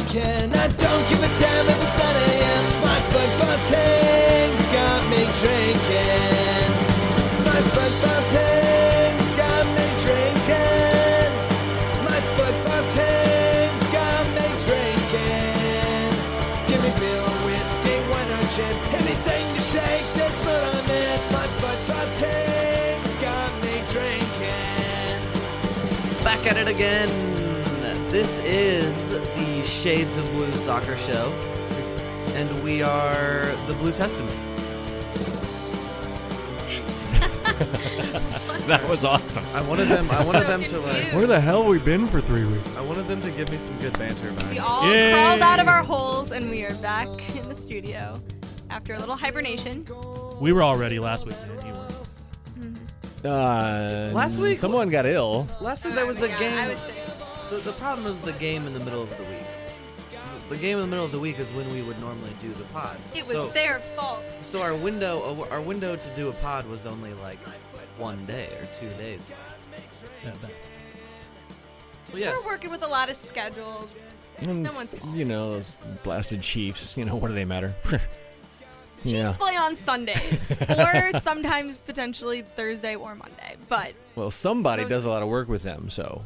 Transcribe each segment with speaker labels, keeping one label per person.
Speaker 1: I don't give a damn if it's 9 a.m. My blood fontaine's got me drinking. My blood fontaine's got me drinking. My blood fontaine's got me drinking. Give me beer, whiskey, wine, or gin. Anything to shake this mood I'm in. My blood fontaine's got me drinking.
Speaker 2: Back at it again. This is the Shades of Blue soccer show, and we are the Blue Testament.
Speaker 3: That was awesome.
Speaker 4: I wanted them. I wanted
Speaker 5: So
Speaker 4: them to like.
Speaker 5: confused.
Speaker 6: Where the hell have we been for three weeks?
Speaker 4: I wanted them to give me some good banter about
Speaker 5: We
Speaker 4: it.
Speaker 5: all
Speaker 3: Yay.
Speaker 5: crawled out of our holes and we are back in the studio after a little hibernation.
Speaker 3: We were already last week. Man. You weren't.
Speaker 6: Uh,
Speaker 2: Last week-
Speaker 6: someone got ill.
Speaker 2: Last week there was a
Speaker 5: Yeah, I
Speaker 2: game.
Speaker 5: was sick.
Speaker 2: The, the problem is the game in the middle of the week. The game in the middle of the week is when we would normally do the pod.
Speaker 5: It was
Speaker 2: so,
Speaker 5: their fault.
Speaker 2: So our window, uh, our window to do a pod was only like one day or two days.
Speaker 3: Yeah, that's-
Speaker 2: Well, yes.
Speaker 5: We're working with a lot of schedules. no one's fault.
Speaker 6: you know, those blasted Chiefs. You know, what do they matter? yeah.
Speaker 5: Chiefs play on Sundays or sometimes potentially Thursday or Monday. But
Speaker 6: Well, somebody does a lot of work with them, so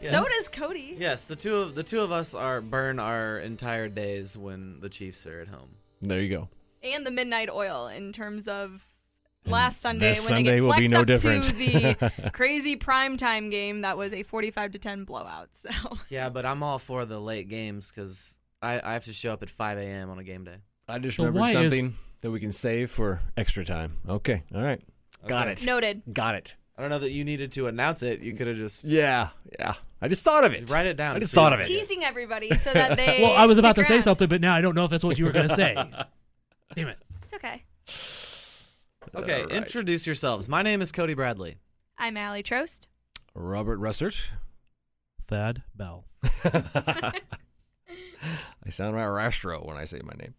Speaker 2: Yes.
Speaker 5: so does Cody.
Speaker 2: Yes, the two of the two of us are burn our entire days when the Chiefs are at home.
Speaker 6: there you go.
Speaker 5: and the midnight oil in terms of last Sunday
Speaker 6: this
Speaker 5: when
Speaker 6: Sunday
Speaker 5: they get
Speaker 6: will be
Speaker 5: flexed
Speaker 6: no
Speaker 5: up to
Speaker 6: different.
Speaker 5: the crazy primetime game that was a 45 to 10 blowout. So
Speaker 2: Yeah, but I'm all for the late games because I, I have to show up at 5 a.m. on a game day.
Speaker 6: I just
Speaker 3: But
Speaker 6: remembered
Speaker 3: why is-
Speaker 6: something that we can save for extra time. Okay, all right, got
Speaker 2: Okay.
Speaker 6: it,
Speaker 5: noted.
Speaker 6: got it.
Speaker 2: I don't know that you needed to announce it. You could have just
Speaker 6: Yeah, yeah. I just thought of it.
Speaker 2: write it down.
Speaker 6: I just
Speaker 2: It's easy.
Speaker 6: thought of it.
Speaker 5: Teasing everybody so that they.
Speaker 3: Well, I was about to
Speaker 5: stick
Speaker 3: say
Speaker 5: around.
Speaker 3: something, but now I don't know if that's what you were going to say. Damn it.
Speaker 5: It's okay.
Speaker 2: Okay,
Speaker 6: All right.
Speaker 2: introduce yourselves. My name is Cody Bradley.
Speaker 5: I'm Allie Trost.
Speaker 6: Robert Russert.
Speaker 3: Thad Bell.
Speaker 6: I sound like Rastro when I say my name.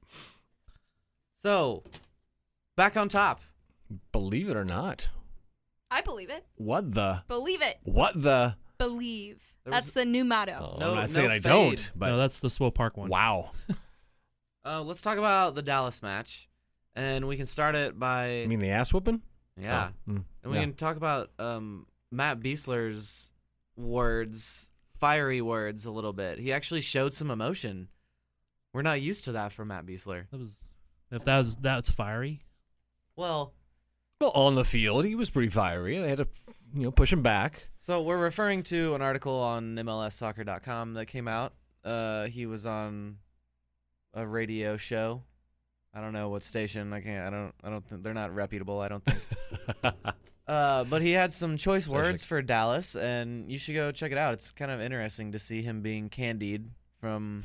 Speaker 2: So, back on top.
Speaker 6: Believe it or not,
Speaker 5: I believe it.
Speaker 6: what the
Speaker 5: Believe it.
Speaker 6: what the?
Speaker 5: Believe.
Speaker 2: There
Speaker 5: That's
Speaker 2: was-
Speaker 5: the new motto.
Speaker 6: Oh,
Speaker 2: No-
Speaker 6: I'm
Speaker 2: no
Speaker 6: not saying I
Speaker 2: fade.
Speaker 6: don't, but
Speaker 3: no, that's the Swill Park one.
Speaker 6: wow.
Speaker 2: Uh, let's talk about the Dallas match, and we can start it by
Speaker 6: I mean the ass whooping.
Speaker 2: yeah,
Speaker 6: Oh, mm,
Speaker 2: and we
Speaker 6: yeah.
Speaker 2: can talk about um, Matt Beasler's words, fiery words, a little bit. He actually showed some emotion. We're not used to that from Matt Beasler.
Speaker 3: That was if that was that's fiery.
Speaker 2: Well,
Speaker 6: Well, on the field, he was pretty fiery. They had to, you know, push him back.
Speaker 2: So we're referring to an article on MLSsoccer.com that came out. Uh, he was on a radio show. I don't know what station. I can't. I don't. I don't. think they're not reputable. I don't think. uh, but he had some choice
Speaker 6: Especially-
Speaker 2: words for Dallas, and you should go check it out. It's kind of interesting to see him being candied from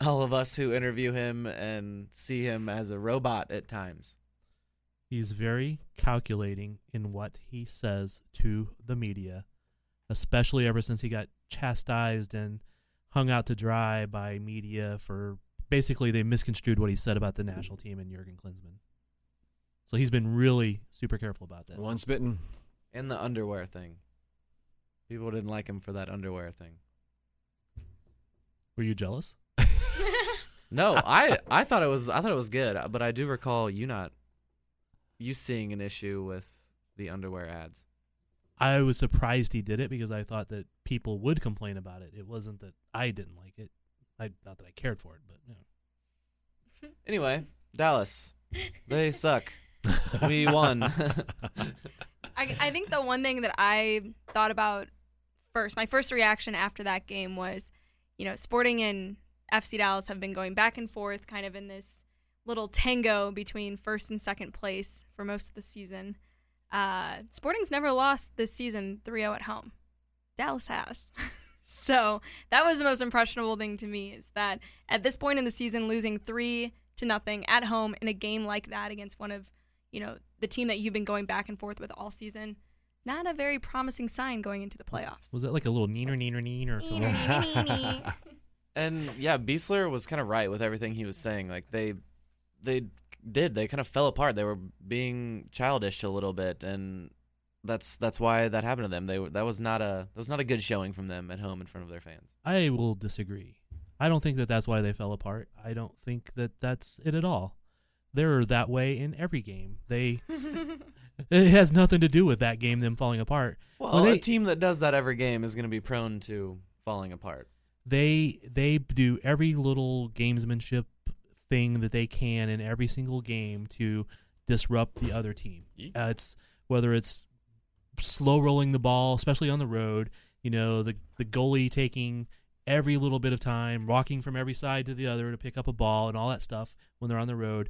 Speaker 2: all of us who interview him and see him as a robot at times.
Speaker 3: He's very calculating in what he says to the media, especially ever since he got chastised and hung out to dry by media for basically they misconstrued what he said about the national team and Jurgen Klinsmann. So he's been really super careful about this.
Speaker 6: Once bitten.
Speaker 2: And the underwear thing. People didn't like him for that underwear thing.
Speaker 3: Were you jealous?
Speaker 2: No, I I thought it was I thought it was good, but I do recall you not you seeing an issue with the underwear ads.
Speaker 3: I was surprised he did it because I thought that people would complain about it. It wasn't that I didn't like it. I not that I cared for it, but you know.
Speaker 2: Anyway, Dallas, they suck. We won.
Speaker 5: I, I think the one thing that I thought about first, my first reaction after that game was, you know, Sporting and FC Dallas have been going back and forth, kind of in this little tango between first and second place for most of the season. Uh, Sporting's never lost this season 3 0 at home. Dallas has. so that was the most impressionable thing to me is that at this point in the season, losing 3 to nothing at home in a game like that against one of you know, the team that you've been going back and forth with all season, not a very promising sign going into the playoffs.
Speaker 3: Was it like a little neener neener neener? to
Speaker 5: Neener,
Speaker 3: him?
Speaker 5: neener, neener.
Speaker 2: and yeah, Beasler was kind of right with everything he was saying. Like they they did. They kind of fell apart. They were being childish a little bit and that's that's why that happened to them. They were- that was not a that was not a good showing from them at home in front of their fans.
Speaker 3: I will disagree. I don't think that that's why they fell apart. I don't think that that's it at all. They're that way in every game. They it has nothing to do with that game them falling apart.
Speaker 2: Well,
Speaker 3: Well, they-
Speaker 2: a team that does that every game is going to be prone to falling apart.
Speaker 3: they they do every little gamesmanship thing that they can in every single game to disrupt the other team.
Speaker 6: Yeet.
Speaker 3: Uh, it's whether it's slow rolling the ball, especially on the road. You know the the goalie taking every little bit of time, walking from every side to the other to pick up a ball and all that stuff when they're on the road.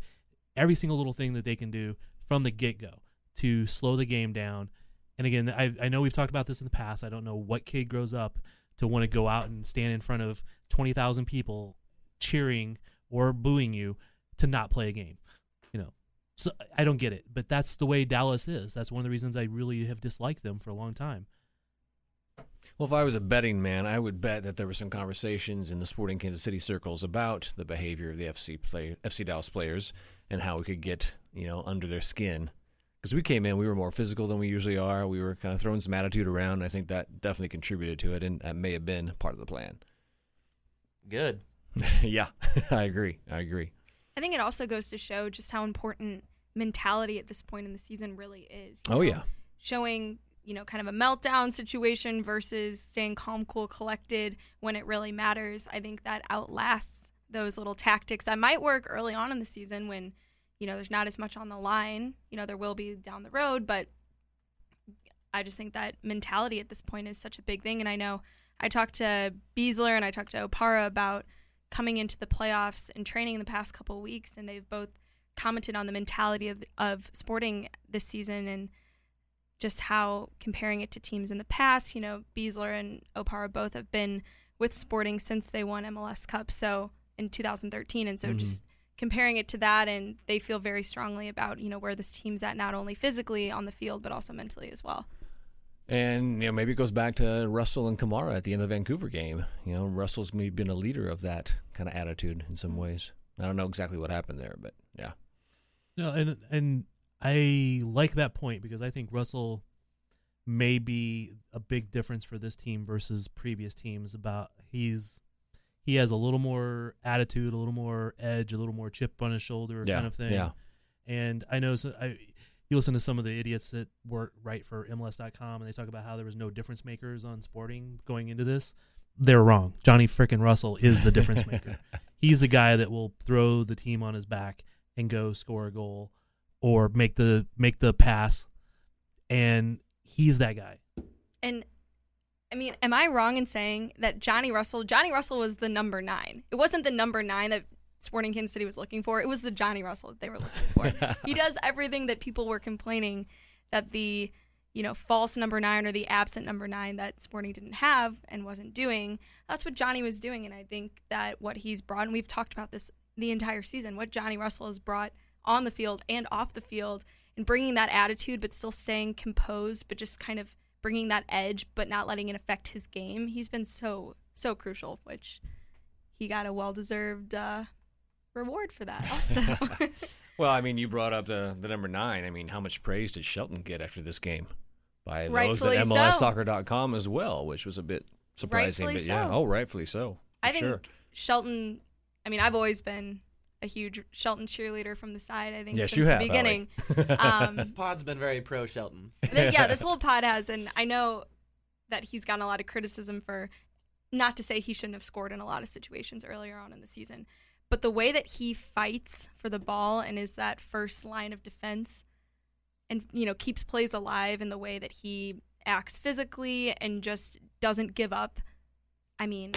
Speaker 3: Every single little thing that they can do from the get go to slow the game down. And again, I I know we've talked about this in the past. I don't know what kid grows up to want to go out and stand in front of 20,000 people cheering or booing you to not play a game. You know, so I don't get it, but that's the way Dallas is. That's one of the reasons I really have disliked them for a long time.
Speaker 6: Well, if I was a betting man, I would bet that there were some conversations in the sporting Kansas City circles about the behavior of the FC play, FC Dallas players and how we could get you know under their skin. Because we came in, we were more physical than we usually are. We were kind of throwing some attitude around. And I think that definitely contributed to it, and that may have been part of the plan.
Speaker 2: Good.
Speaker 6: yeah, I agree. I agree.
Speaker 5: I think it also goes to show just how important mentality at this point in the season really is. you
Speaker 6: Oh
Speaker 5: know?
Speaker 6: yeah,
Speaker 5: Showing, you know, kind of a meltdown situation versus staying calm, cool, collected when it really matters. I think that outlasts those little tactics that might work early on in the season when, you know, there's not as much on the line. You know, there will be down the road, but I just think that mentality at this point is such a big thing. And I know I talked to Beasler and I talked to Opara about coming into the playoffs and training in the past couple of weeks, and they've both commented on the mentality of of sporting this season and just how comparing it to teams in the past. You know, Beasler and Opara both have been with sporting since they won MLS Cup, so in 2013, and so
Speaker 3: Mhm.
Speaker 5: just comparing it to that, and they feel very strongly about you know where this team's at, not only physically on the field but also mentally as well.
Speaker 6: And you know, maybe it goes back to Russell and Kamara at the end of the Vancouver game. You know, Russell's maybe been a leader of that kind of attitude in some ways. I don't know exactly what happened there, but yeah.
Speaker 3: No, and and I like that point because I think Russell may be a big difference for this team versus previous teams about he's he has a little more attitude, a little more edge, a little more chip on his shoulder
Speaker 6: yeah.
Speaker 3: kind of thing.
Speaker 6: Yeah.
Speaker 3: And I know so I you listen to some of the idiots that work right for MLS.com and they talk about how there was no difference makers on sporting going into this. They're wrong. Johnny frickin' Russell is the difference maker. He's the guy that will throw the team on his back and go score a goal or make the make the pass. And he's that guy.
Speaker 5: And I mean, am I wrong in saying that Johnny Russell? Johnny Russell was the number nine. It wasn't the number nine that Sporting Kansas City was looking for. It was the Johnny Russell that they were looking for. he does everything that people were complaining that the you know false number nine or the absent number nine that Sporting didn't have and wasn't doing. That's what Johnny was doing, and I think that what he's brought, and we've talked about this the entire season, what Johnny Russell has brought on the field and off the field, and bringing that attitude, but still staying composed, but just kind of bringing that edge, but not letting it affect his game. He's been so so crucial, which he got a well deserved uh, reward for that. Also,
Speaker 6: Well, I mean, you brought up the, the number nine. I mean, how much praise did Shelton get after this game? By those
Speaker 5: Rightfully
Speaker 6: at
Speaker 5: so.
Speaker 6: MLSsoccer.com as well, which was a bit surprising.
Speaker 5: Rightfully
Speaker 6: but yeah,
Speaker 5: so.
Speaker 6: oh, rightfully so. for
Speaker 5: I think
Speaker 6: sure.
Speaker 5: Shelton. I mean, I've always been a huge Shelton cheerleader from the side. I think
Speaker 6: Yes,
Speaker 5: since
Speaker 6: you have,
Speaker 5: the
Speaker 6: Allie.
Speaker 5: beginning. Um,
Speaker 2: This pod's been very pro Shelton.
Speaker 5: th- yeah, this whole pod has, and I know that he's gotten a lot of criticism for not to say he shouldn't have scored in a lot of situations earlier on in the season, but the way that he fights for the ball and is that first line of defense, and you know keeps plays alive in the way that he acts physically and just doesn't give up. I mean,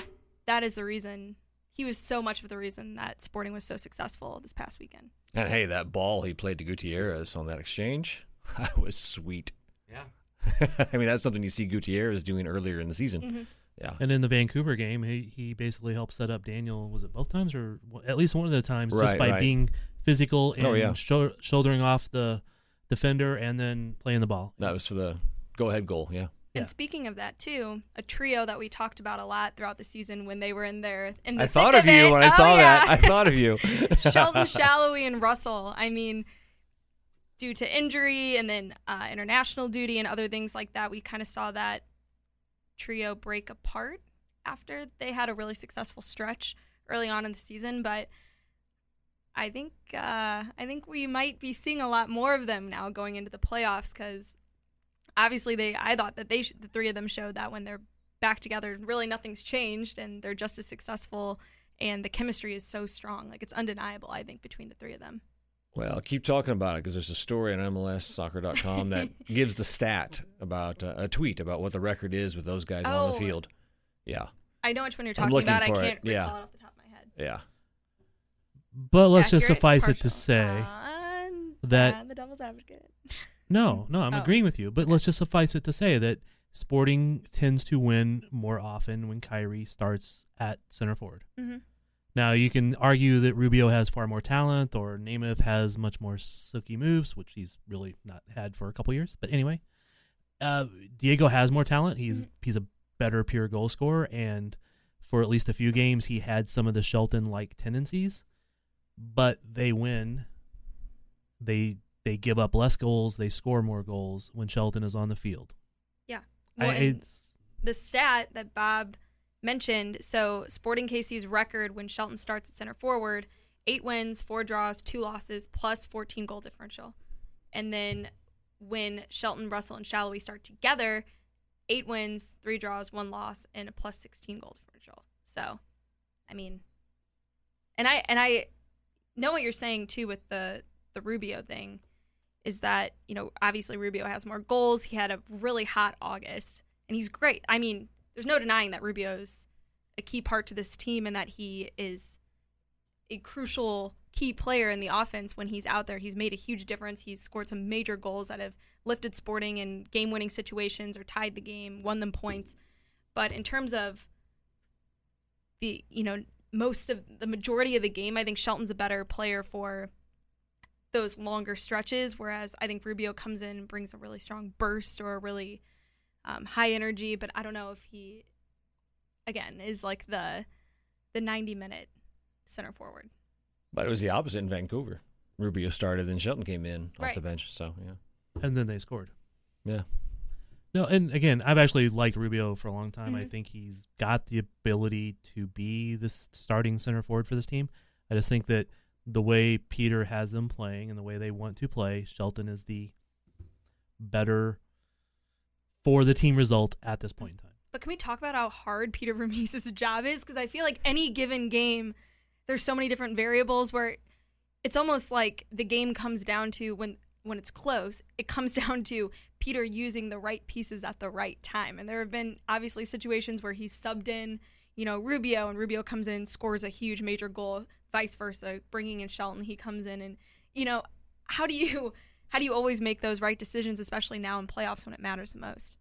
Speaker 5: that is the reason he was so much of the reason that Sporting was so successful this past weekend.
Speaker 6: And hey, that ball he played to Gutierrez on that exchange, that was sweet.
Speaker 2: Yeah.
Speaker 6: I mean, that's something you see Gutierrez doing earlier in the season.
Speaker 5: Mm-hmm.
Speaker 6: Yeah.
Speaker 3: And in the Vancouver game, he, he basically helped set up Daniel. Was it both times or well, at least one of the times
Speaker 6: Right,
Speaker 3: just by
Speaker 6: right.
Speaker 3: being physical and
Speaker 6: Oh, yeah.
Speaker 3: shou- shouldering off the defender and then playing the ball.
Speaker 6: That was for the go ahead goal. Yeah.
Speaker 3: Yeah.
Speaker 5: And speaking of that too, a trio that we talked about a lot throughout the season when they were in there. In the
Speaker 6: I thought
Speaker 5: thick
Speaker 6: of you
Speaker 5: it.
Speaker 6: when I
Speaker 5: Oh,
Speaker 6: saw that.
Speaker 5: yeah.
Speaker 6: I thought of you.
Speaker 5: Shelton Shallowy and Russell. I mean, due to injury and then uh, international duty and other things like that, we kind of saw that trio break apart after they had a really successful stretch early on in the season, but I think uh, I think we might be seeing a lot more of them now going into the playoffs because obviously they I thought that they sh- the three of them showed that when they're back together, really nothing's changed and they're just as successful and the chemistry is so strong, like it's undeniable. I think between the three of them.
Speaker 6: Well, keep talking about it because there's a story on MLSsoccer.com that gives the stat about uh, a tweet about what the record is with those guys on the
Speaker 5: Oh.
Speaker 6: field. Yeah,
Speaker 5: I know which one you're
Speaker 6: I'm
Speaker 5: talking
Speaker 6: looking
Speaker 5: about. I
Speaker 6: for it,
Speaker 5: can't
Speaker 6: yeah.
Speaker 5: recall it off the top of my head.
Speaker 6: yeah.
Speaker 3: But let's just
Speaker 5: Accurate,
Speaker 3: suffice
Speaker 5: partial.
Speaker 3: it
Speaker 5: Uh,
Speaker 3: to say
Speaker 5: On
Speaker 3: that-
Speaker 5: on the devil's advocate.
Speaker 3: no, no, I'm
Speaker 5: Oh.
Speaker 3: agreeing with you. But let's just suffice it to say that Sporting tends to win more often when Kyrie starts at center forward.
Speaker 5: hmm
Speaker 3: Now you can argue that Rubio has far more talent, or Namath has much more silky moves, which he's really not had for a couple years. But anyway, uh, Diego has more talent. He's
Speaker 5: Mhm.
Speaker 3: he's a better pure goal scorer, and for at least a few games, he had some of the Shelton like tendencies. But they win. They they give up less goals. They score more goals when Shelton is on the field. I-
Speaker 5: Well, and
Speaker 3: it's-
Speaker 5: the stat that Bob mentioned. So Sporting KC's record when Shelton starts at center forward, eight wins, four draws, two losses, plus 14 goal differential. And then when Shelton, Russell, and Shallowy start together, eight wins, three draws, one loss, and a plus 16 goal differential. So, I mean, and I and I know what you're saying too with the the Rubio thing is that you know obviously Rubio has more goals. He had a really hot August, and he's great. I mean, there's no denying that Rubio's a key part to this team, and that he is a crucial key player in the offense when he's out there. He's made a huge difference. He's scored some major goals that have lifted Sporting in game-winning situations or tied the game, won them points. But in terms of the you know most of the majority of the game, I think Shelton's a better player for those longer stretches. Whereas I think Rubio comes in and brings a really strong burst or a really um, high energy, but I don't know if he again is like the the 90 minute center forward.
Speaker 6: But it was the opposite in Vancouver. Rubio started, then Shelton came in off
Speaker 5: Right.
Speaker 6: the bench. So yeah,
Speaker 3: and then they scored.
Speaker 6: Yeah.
Speaker 3: No, and again, I've actually liked Rubio for a long time. I
Speaker 5: Mhm.
Speaker 3: think he's got the ability to be this starting center forward for this team. I just think that the way Peter has them playing and the way they want to play, Shelton is the better for the team result at this point in time.
Speaker 5: But can we talk about how hard Peter Vermees' job is? Because I feel like any given game, there's so many different variables where it's almost like the game comes down to when when it's close, it comes down to Peter using the right pieces at the right time. And there have been obviously situations where he's subbed in, you know, Rubio, and Rubio comes in, scores a huge major goal, vice versa, bringing in Shelton, he comes in, and you know, how do you how do you always make those right decisions, especially now in playoffs when it matters the most,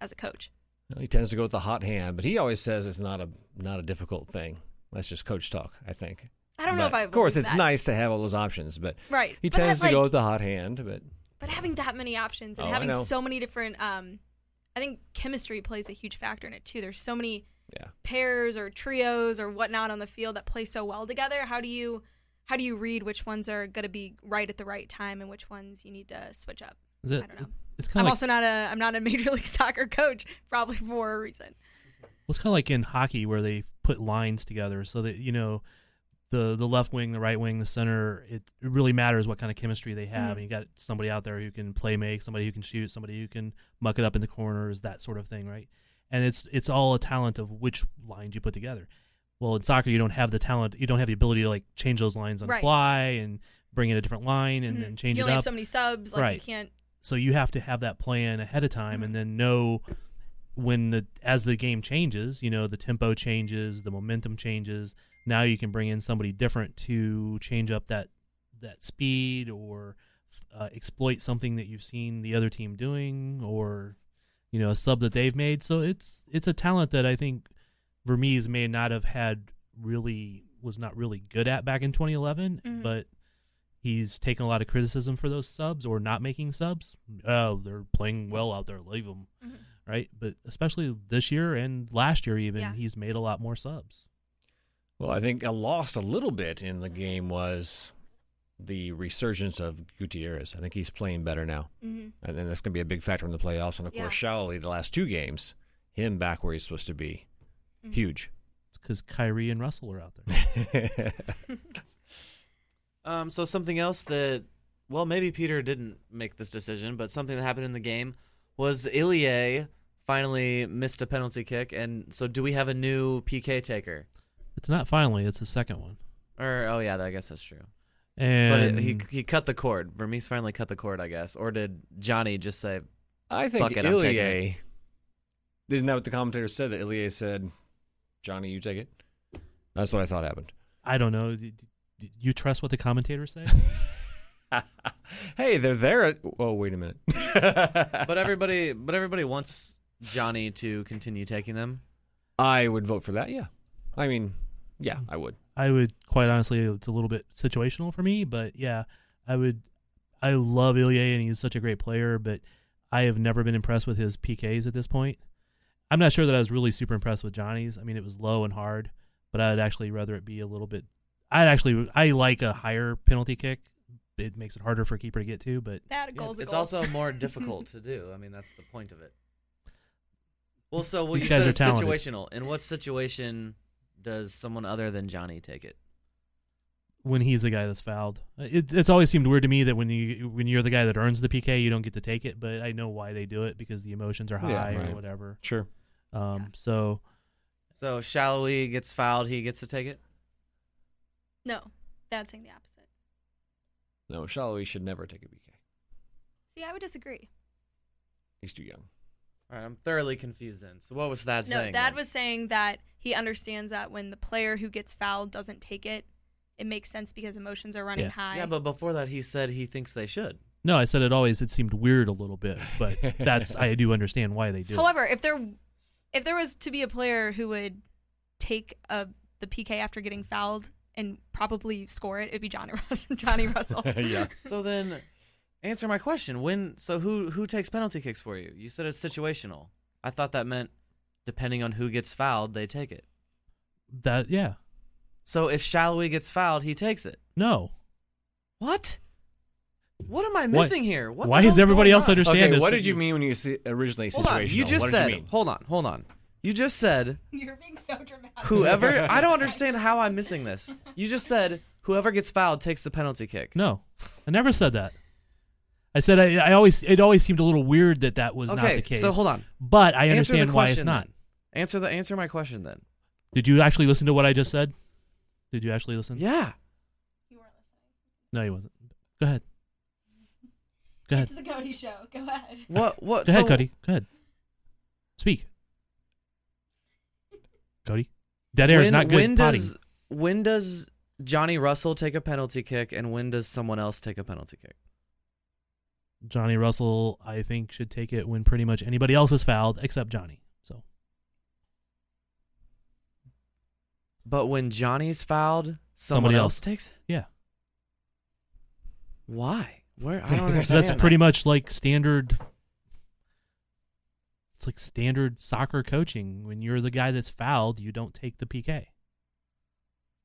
Speaker 5: as a coach?
Speaker 6: Well, he tends to go with the hot hand, but he always says it's not a not a difficult thing. That's just coach talk, I think.
Speaker 5: I don't know
Speaker 6: But
Speaker 5: if I.
Speaker 6: Of course,
Speaker 5: believe
Speaker 6: it's
Speaker 5: that.
Speaker 6: nice to have all those options, but
Speaker 5: Right.
Speaker 6: he
Speaker 5: But
Speaker 6: tends
Speaker 5: that,
Speaker 6: to go
Speaker 5: like-
Speaker 6: with the hot hand. But
Speaker 5: But having that many options and
Speaker 6: Oh, I
Speaker 5: having
Speaker 6: know.
Speaker 5: so many different, um, I think chemistry plays a huge factor in it too. There's so many
Speaker 6: yeah,
Speaker 5: pairs or trios or whatnot on the field that play so well together. How do you, how do you read which ones are going to be right at the right time and which ones you need to switch up?
Speaker 3: Is
Speaker 6: Uh,
Speaker 3: it-
Speaker 5: I don't know.
Speaker 3: It's
Speaker 5: I'm
Speaker 3: kind of like
Speaker 5: also not a, I'm not a major league soccer coach, probably for a reason.
Speaker 3: Well, it's kind of like in hockey where they put lines together so that you know the the left wing, the right wing, the center. It, it really matters what kind of chemistry they have,
Speaker 5: Mhm.
Speaker 3: and you got somebody out there who can play make, somebody who can shoot, somebody who can muck it up in the corners, that sort of thing, right? And it's it's all a talent of which lines you put together. Well, in soccer, you don't have the talent, you don't have the ability to like change those lines on the
Speaker 5: Right.
Speaker 3: fly and bring in a different line and then
Speaker 5: Mhm.
Speaker 3: change
Speaker 5: you
Speaker 3: it
Speaker 5: only
Speaker 3: up
Speaker 5: have so many subs, like you
Speaker 3: Right.
Speaker 5: can't.
Speaker 3: so you have to have that plan ahead of time and then know when the as the game changes you know the tempo changes the momentum changes now you can bring in somebody different to change up that that speed or uh, exploit something that you've seen the other team doing or you know a sub that they've made so it's it's a talent that i think vermees may not have had really was not really good at back in 2011
Speaker 5: Mhm.
Speaker 3: but he's taken a lot of criticism for those subs or not making subs. Oh, they're playing well out there. Leave them,
Speaker 5: Mhm.
Speaker 3: right? But especially this year and last year, even
Speaker 5: Yeah.
Speaker 3: he's made a lot more subs.
Speaker 6: well, I think I lost a little bit in the game was the resurgence of Gutierrez. I think he's playing better now,
Speaker 5: Mhm.
Speaker 6: and then that's going to be a big factor in the playoffs. And of course, Shally the last two games, him back where he's supposed to be.
Speaker 5: Mhm.
Speaker 6: Huge.
Speaker 3: It's because Kyrie and Russell are out there.
Speaker 2: Um, so something else that, well, maybe Peter didn't make this decision, but something that happened in the game was Ilya finally missed a penalty kick, and so do we have a new PK taker?
Speaker 3: It's not finally. It's the second one.
Speaker 2: Or oh yeah, I guess that's true. But
Speaker 3: And
Speaker 2: it- he he cut the cord. Vermees finally cut the cord, I guess. Or did Johnny just say
Speaker 6: I think
Speaker 2: Fuck it, I'm taking
Speaker 6: Ilya. Isn't that what the commentator said? That Ilya said, "Johnny, you take it." That's what I thought happened.
Speaker 3: I don't know. d- d- You trust what the commentators say?
Speaker 6: hey, they're there. At, oh, wait a minute.
Speaker 2: but everybody but everybody wants Johnny to continue taking them.
Speaker 6: I would vote for that. Yeah, I mean, yeah, I would.
Speaker 3: I would quite honestly, it's a little bit situational for me, but yeah, I would. I love Ilya and he's such a great player, but I have never been impressed with his PKs at this point. I'm not sure that I was really super impressed with Johnny's. I mean, it was low and hard, but I'd actually rather it be a little bit. I'd actually I like a higher penalty kick. It makes it harder for a keeper to get to, but
Speaker 5: That
Speaker 2: Yeah,
Speaker 5: goal's a
Speaker 2: it's
Speaker 5: goal.
Speaker 2: also more difficult to do. I mean, that's the point of it. Well, so well,
Speaker 3: These
Speaker 2: you
Speaker 3: guys
Speaker 2: said
Speaker 3: are
Speaker 2: it's
Speaker 3: talented.
Speaker 2: situational. In what situation does someone other than Johnny take it?
Speaker 3: when he's the guy that's fouled, it, it's always seemed weird to me that when you when you're the guy that earns the PK, you don't get to take it. But I know why they do it because the emotions are high
Speaker 6: Yeah,
Speaker 3: or
Speaker 6: right.
Speaker 3: whatever.
Speaker 6: Sure.
Speaker 3: Um, so
Speaker 2: So Shallowy gets fouled, he gets to take it.
Speaker 5: no, that's saying the opposite.
Speaker 6: No, Shallowy should never take a BK.
Speaker 5: See, I would disagree.
Speaker 6: He's too young.
Speaker 2: All right, I'm thoroughly confused then. So what was that
Speaker 5: no,
Speaker 2: saying?
Speaker 5: Dad
Speaker 2: then?
Speaker 5: was saying that he understands that when the player who gets fouled doesn't take it, it makes sense because emotions are running
Speaker 3: Yeah.
Speaker 5: high.
Speaker 2: Yeah, but before that, he said he thinks they should.
Speaker 3: No, I said it always. It seemed weird a little bit, but that's I do understand why they do. it.
Speaker 5: However, if there if there was to be a player who would take a the PK after getting fouled and probably score it, it'd be Johnny Russell. Johnny Russell.
Speaker 6: yeah.
Speaker 2: So then, answer my question. When? So who who takes penalty kicks for you? You said it's situational. I thought that meant depending on who gets fouled, they take it.
Speaker 3: that yeah,
Speaker 2: So if Shallowy gets fouled, he takes it.
Speaker 3: no.
Speaker 2: What? What am I
Speaker 3: Why-
Speaker 2: missing here? What the
Speaker 3: why does
Speaker 2: hell's
Speaker 3: everybody
Speaker 2: going
Speaker 3: else
Speaker 2: on?
Speaker 3: understand
Speaker 6: Okay,
Speaker 3: this?
Speaker 6: what
Speaker 3: but
Speaker 6: did you mean when you si- originally
Speaker 2: Hold on.
Speaker 6: situational?
Speaker 2: You just
Speaker 6: what
Speaker 2: said.
Speaker 6: Did you mean?
Speaker 2: Hold on. Hold on. You just said
Speaker 5: You're being so dramatic.
Speaker 2: whoever. I don't understand how I'm missing this. You just said whoever gets fouled takes the penalty kick.
Speaker 3: No, I never said that. I said I, I always. It always seemed a little weird that that was not
Speaker 2: okay.
Speaker 3: the case.
Speaker 2: So hold on.
Speaker 3: But I
Speaker 2: Answer the
Speaker 3: understand why it's
Speaker 2: question
Speaker 3: not.
Speaker 2: then. Answer the answer my question then.
Speaker 3: Did you actually listen to what I just said? Did you actually listen?
Speaker 2: Yeah.
Speaker 3: No, you wasn't. Go ahead. Go ahead.
Speaker 5: the Cody Show. Go ahead.
Speaker 2: What? What?
Speaker 3: Go ahead,
Speaker 2: so-
Speaker 3: Cody. Go ahead. Speak. Cody. Dead air
Speaker 2: when,
Speaker 3: is not good.
Speaker 2: when
Speaker 3: potting.
Speaker 2: does when does Johnny Russell take a penalty kick and when does someone else take a penalty kick?
Speaker 3: Johnny Russell, I think, should take it when pretty much anybody else is fouled except Johnny. So
Speaker 2: But when Johnny's fouled, someone
Speaker 3: Somebody
Speaker 2: else.
Speaker 3: else.
Speaker 2: takes it.
Speaker 3: yeah,
Speaker 2: Why? Where I don't
Speaker 3: 'Cause
Speaker 2: understand.
Speaker 3: that's pretty much like standard. It's like standard soccer coaching. When you're the guy that's fouled, you don't take the PK.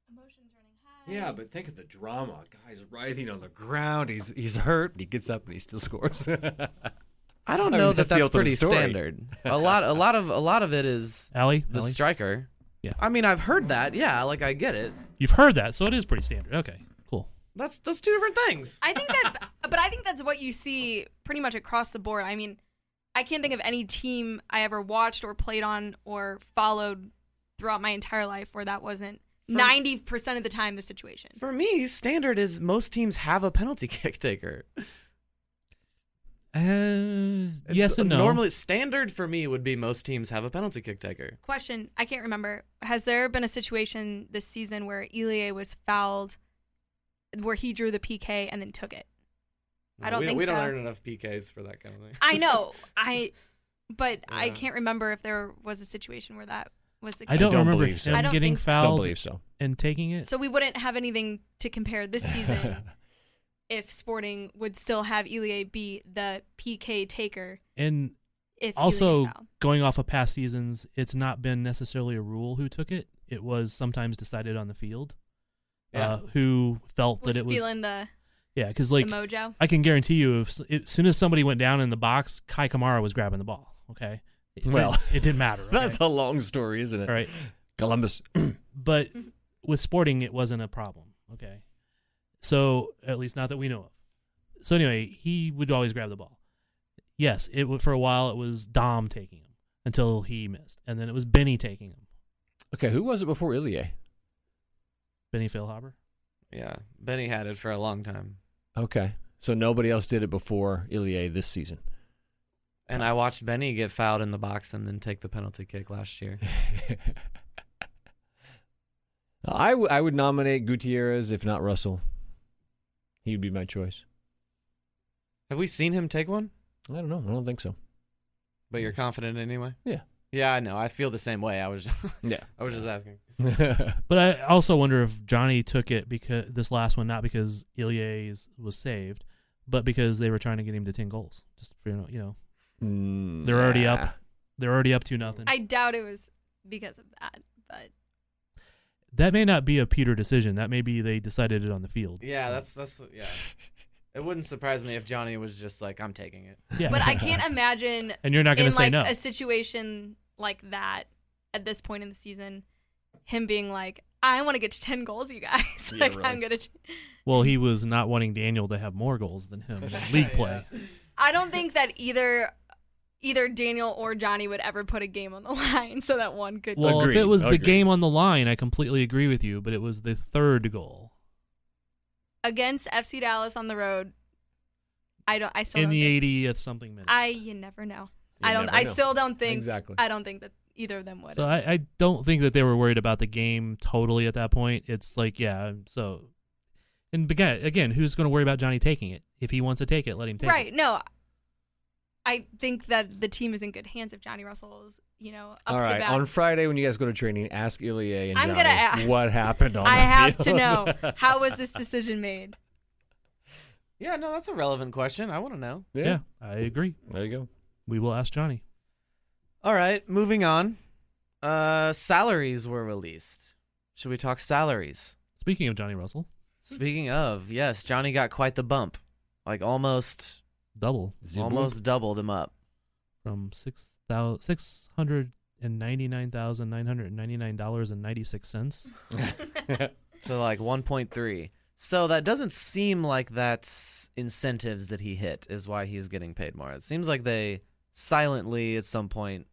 Speaker 5: Emotions running high.
Speaker 6: Yeah, but think of the drama. Guy's writhing on the ground. He's he's hurt. He gets up and he still scores.
Speaker 2: I don't
Speaker 6: I
Speaker 2: know
Speaker 6: mean,
Speaker 2: that
Speaker 6: that's the
Speaker 2: that's
Speaker 6: ultimate
Speaker 2: pretty
Speaker 6: story.
Speaker 2: standard. A lot, a lot of, a lot of it is
Speaker 3: Allie,
Speaker 2: the
Speaker 3: Allie?
Speaker 2: striker.
Speaker 3: Yeah.
Speaker 2: I mean, I've heard that. Yeah, like I get it.
Speaker 3: you've heard that, so it is pretty standard. Okay, cool.
Speaker 2: That's that's two different things.
Speaker 5: I think that, but I think that's what you see pretty much across the board. I mean, I can't think of any team I ever watched or played on or followed throughout my entire life where that wasn't ninety percent of the time the situation.
Speaker 2: For me, standard is most teams have a penalty kick taker.
Speaker 3: Uh,
Speaker 2: It's-
Speaker 3: yes and no.
Speaker 2: Normally, standard for me would be most teams have a penalty kick taker.
Speaker 5: Question: I can't remember. Has there been a situation this season where Elie was fouled, where he drew the PK and then took it? I don't
Speaker 2: we,
Speaker 5: think
Speaker 2: we
Speaker 5: so.
Speaker 2: don't earn enough PKs for that kind of thing.
Speaker 5: I know, I, but I
Speaker 2: Yeah.
Speaker 5: can't remember if there was a situation where that was the case.
Speaker 3: I don't,
Speaker 6: I don't
Speaker 3: remember him
Speaker 6: believe so.
Speaker 5: I don't think
Speaker 3: getting
Speaker 5: so.
Speaker 6: don't
Speaker 3: fouled
Speaker 6: believe so.
Speaker 3: and taking it.
Speaker 5: So we wouldn't have anything to compare this season if Sporting would still have Elie be the PK taker
Speaker 3: and
Speaker 5: if Elie
Speaker 3: also
Speaker 5: is fouled.
Speaker 3: going off of past seasons, it's not been necessarily a rule who took it. It was sometimes decided on the field.
Speaker 2: Yeah.
Speaker 3: Uh, who felt
Speaker 5: was
Speaker 3: that it was
Speaker 5: feeling the,
Speaker 3: yeah? Because
Speaker 5: the
Speaker 3: like
Speaker 5: mojo.
Speaker 3: I can guarantee you, if s- as soon as somebody went down in the box, Kai Kamara was grabbing the ball. Okay. It-
Speaker 6: Well,
Speaker 3: it, didn't matter. okay?
Speaker 6: That's a long story, isn't it?
Speaker 3: all right.
Speaker 6: Columbus.
Speaker 3: but
Speaker 5: Mm-hmm.
Speaker 3: with Sporting, it wasn't a problem. Okay, so at least not that we know of. So anyway, he would always grab the ball. Yes, it wa- for a while it was Dom taking him until he missed, and then it was Benny taking him.
Speaker 6: Okay, who was it before Ilya?
Speaker 3: Benny Failhaber.
Speaker 2: Yeah, Benny had it for a long time,
Speaker 6: Okay, so nobody else did it before Ilya this season.
Speaker 2: and I watched Benny get fouled in the box and then take the penalty kick last year.
Speaker 6: I, w- I would nominate Gutierrez if not Russell. He would be my choice.
Speaker 2: Have we seen him take one?
Speaker 6: I don't know. I don't think so.
Speaker 2: But you're confident anyway.
Speaker 6: Yeah.
Speaker 2: Yeah, I know. I feel the same way. I was,
Speaker 6: Yeah.
Speaker 2: I was just asking.
Speaker 3: But I also wonder if Johnny took it because this last one not because Ilya's was saved, but because they were trying to get him to ten goals. Just for, you know, you know,
Speaker 6: Mm,
Speaker 3: They're already up.
Speaker 6: nah.
Speaker 3: they're already up to nothing.
Speaker 5: I doubt it was because of that, but
Speaker 3: that may not be a Peter decision. That may be they decided it on the field.
Speaker 2: Yeah,
Speaker 3: So-
Speaker 2: that's that's yeah. It wouldn't surprise me if Johnny was just like, "I'm taking it."
Speaker 3: yeah.
Speaker 5: but I can't imagine
Speaker 3: and you're not going
Speaker 5: in
Speaker 3: to say
Speaker 5: like
Speaker 3: no.
Speaker 5: a situation like that at this point in the season, him being like, "I want to get to ten goals, you guys.
Speaker 6: Yeah,
Speaker 5: like
Speaker 6: really.
Speaker 5: I'm gonna." T-
Speaker 3: Well,
Speaker 5: Mm-hmm.
Speaker 3: he was not wanting Daniel to have more goals than him in Um, league play.
Speaker 5: I don't think that either either Daniel or Johnny would ever put a game on the line so that one could.
Speaker 3: Well, if
Speaker 6: Agreed,
Speaker 3: it was the
Speaker 6: agreed.
Speaker 3: game on the line, I completely agree with you, but it was the third goal
Speaker 5: against FC Dallas on the road. I don't. I still
Speaker 3: in
Speaker 5: don't
Speaker 3: the
Speaker 5: think-
Speaker 3: 80th something minute.
Speaker 5: I you never know. I
Speaker 6: You
Speaker 5: don't.
Speaker 6: never
Speaker 5: I
Speaker 6: know.
Speaker 5: still don't think.
Speaker 6: Exactly.
Speaker 5: I don't think that either of them would.
Speaker 3: so I, I don't think that they were worried about the game totally at that point. It's like, yeah, so. And began- again, who's going to worry about Johnny taking it? If he wants to take it, let him take
Speaker 5: right.
Speaker 3: it.
Speaker 5: No. I think that the team is in good hands if Johnny Russell is, you know, up
Speaker 6: All
Speaker 5: to
Speaker 6: right.
Speaker 5: bat.
Speaker 6: On Friday, when you guys go to training, ask Ilya and
Speaker 5: I'm
Speaker 6: Johnny
Speaker 5: gonna ask.
Speaker 6: what happened on
Speaker 5: I
Speaker 6: that
Speaker 5: have to
Speaker 6: field.
Speaker 5: know how was this decision made?
Speaker 2: Yeah, no, that's a relevant question. I want to know.
Speaker 6: yeah.
Speaker 3: yeah, I agree.
Speaker 6: There you go.
Speaker 3: We will ask Johnny.
Speaker 2: All right, moving on. Uh, salaries were released. Should we talk salaries?
Speaker 3: Speaking of Johnny Russell,
Speaker 2: Speaking of, yes, Johnny got quite the bump. Like almost,
Speaker 3: double
Speaker 6: Zip
Speaker 2: almost doubled him up.
Speaker 3: from six thou- six hundred and ninety nine thousand nine hundred and ninety nine dollars and ninety six cents.
Speaker 2: to like 1.3. So that doesn't seem like that's incentives that he hit is why he's getting paid more. It seems like they silently at some point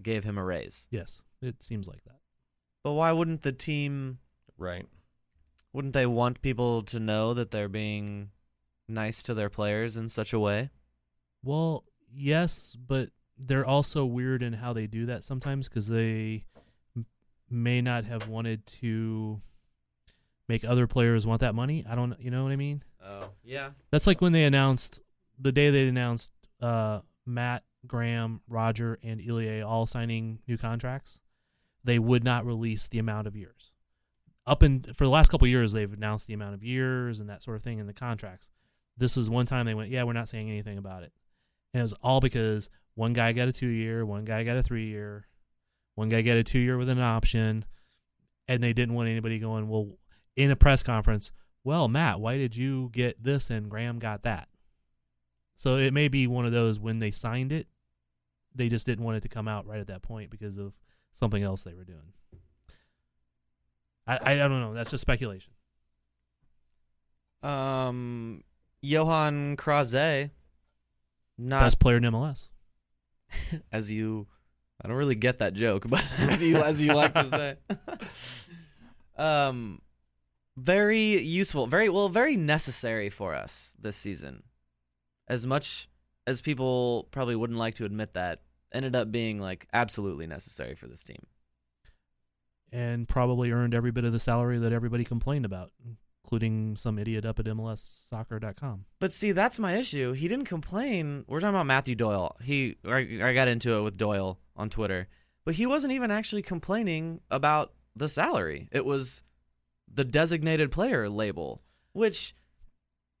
Speaker 2: gave him a raise.
Speaker 3: Yes, it seems like that.
Speaker 2: But why wouldn't the team
Speaker 6: Right.
Speaker 2: wouldn't they want people to know that they're being nice to their players in such a way?
Speaker 3: Well, yes, but they're also weird in how they do that sometimes because they m- may not have wanted to make other players want that money. I don't, you know what I mean?
Speaker 2: Oh, yeah.
Speaker 3: That's like when they announced the day they announced uh, Matt, Graham, Roger, and Ilya all signing new contracts. They would not release the amount of years. Up in for the last couple of years, they've announced the amount of years and that sort of thing in the contracts. This is one time they went, yeah, we're not saying anything about it, and it was all because one guy got a two year, one guy got a three year, one guy got a two year with an option, and they didn't want anybody going, well, in a press conference, well, Matt, why did you get this and Graham got that? So it may be one of those when they signed it, they just didn't want it to come out right at that point because of something else they were doing. I, I don't know. That's just speculation.
Speaker 2: Um Johan Krause not
Speaker 3: Best player in MLS.
Speaker 2: as you I don't really get that joke, but as you as you like to say. um very useful, very well, very necessary for us this season. As much as people probably wouldn't like to admit that, ended up being like absolutely necessary for this team.
Speaker 3: and probably earned every bit of the salary that everybody complained about, including some idiot up at MLSsoccer.com.
Speaker 2: But see, that's my issue. He didn't complain. We're talking about Matthew Doyle. He I, I got into it with Doyle on Twitter, but he wasn't even actually complaining about the salary. It was the designated player label, which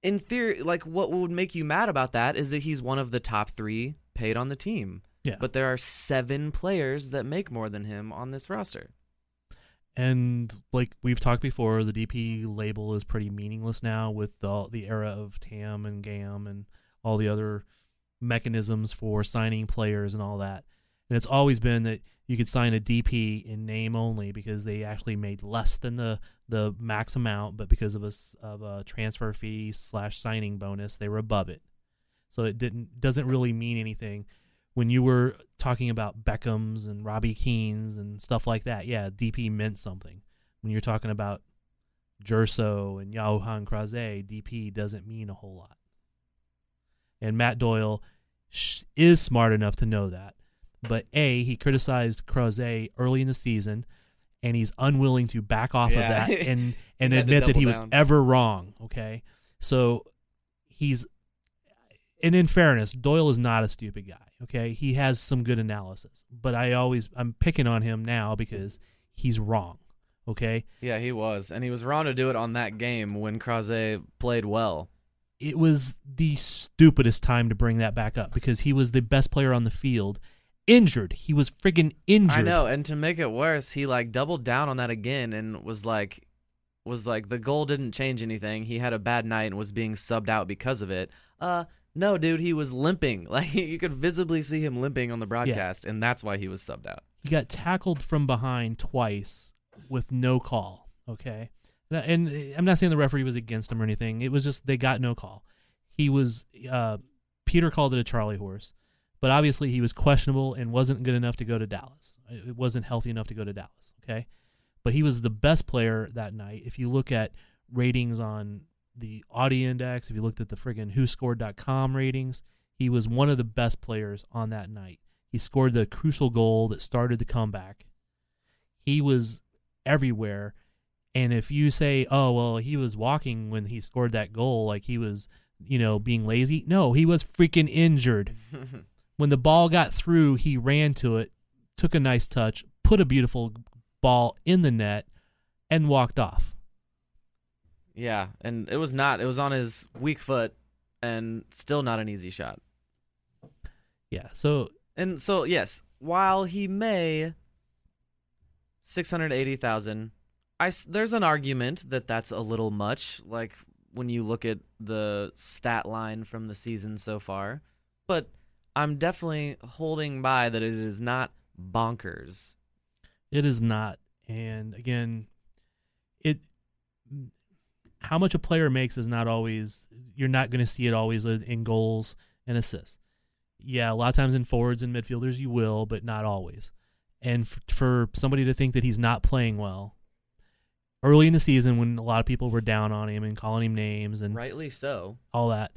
Speaker 2: in theory like what would make you mad about that is that he's one of the top 3 paid on the team.
Speaker 3: Yeah.
Speaker 2: But there are 7 players that make more than him on this roster.
Speaker 3: And like we've talked before, the DP label is pretty meaningless now with the, the era of TAM and GAM and all the other mechanisms for signing players and all that. And it's always been that you could sign a DP in name only because they actually made less than the, the max amount, but because of a, s- of a transfer fee slash signing bonus, they were above it. So it didn't doesn't really mean anything. When you were talking about Beckham's and Robbie Keane's and stuff like that, yeah, DP meant something. When you're talking about Gerso and Johan Krause, DP doesn't mean a whole lot. And Matt Doyle sh- is smart enough to know that. But A, he criticized Krause early in the season, and he's unwilling to back off
Speaker 2: Yeah.
Speaker 3: of that and, and
Speaker 2: He had to
Speaker 3: admit that
Speaker 2: double
Speaker 3: he was
Speaker 2: down.
Speaker 3: ever wrong. Okay. So he's, and in fairness, Doyle is not a stupid guy. Okay. He has some good analysis, but I always, I'm picking on him now because he's wrong. Okay.
Speaker 2: Yeah, he was, and he was wrong to do it on that game when Krause played well.
Speaker 3: it was the stupidest time to bring that back up because he was the best player on the field. Injured. He was friggin' injured.
Speaker 2: I know, and to make it worse, he like doubled down on that again and was like was like the goal didn't change anything. He had a bad night and was being subbed out because of it. Uh no, dude, he was limping. Like you could visibly see him limping on the broadcast and that's why he was subbed out.
Speaker 3: He got tackled from behind twice with no call. Okay. Now- And uh, I'm not saying the referee was against him or anything. It was just they got no call. He was, uh, Peter called it a Charlie horse, but obviously he was questionable and wasn't good enough to go to Dallas. It it wasn't healthy enough to go to Dallas. Okay. but he was the best player that night. If you look at ratings on the Audi Index, if you looked at the friggin' WhoScored.com ratings, he was one of the best players on that night. He scored the crucial goal that started the comeback. He was everywhere. And if you say, oh, well, he was walking when he scored that goal, like he was, you know, being lazy, no, he was freaking injured. when the ball got through, he ran to it, took a nice touch, put a beautiful ball in the net, and walked off.
Speaker 2: Yeah, and it was not it was on his weak foot and still not an easy shot.
Speaker 3: Yeah. So
Speaker 2: And so, yes, while he may six hundred eighty thousand, I s- there's an argument that that's a little much. Like when you look at the stat line from the season so far, but I'm definitely holding by that it is not bonkers.
Speaker 3: it is not. And again, it how much a player makes is not always you're not going to see it always in goals and assists. Yeah, a lot of times in forwards and midfielders you will, but not always. And f- for somebody to think that he's not playing well early in the season when a lot of people were down on him and calling him names and
Speaker 2: Rightly so.
Speaker 3: all that.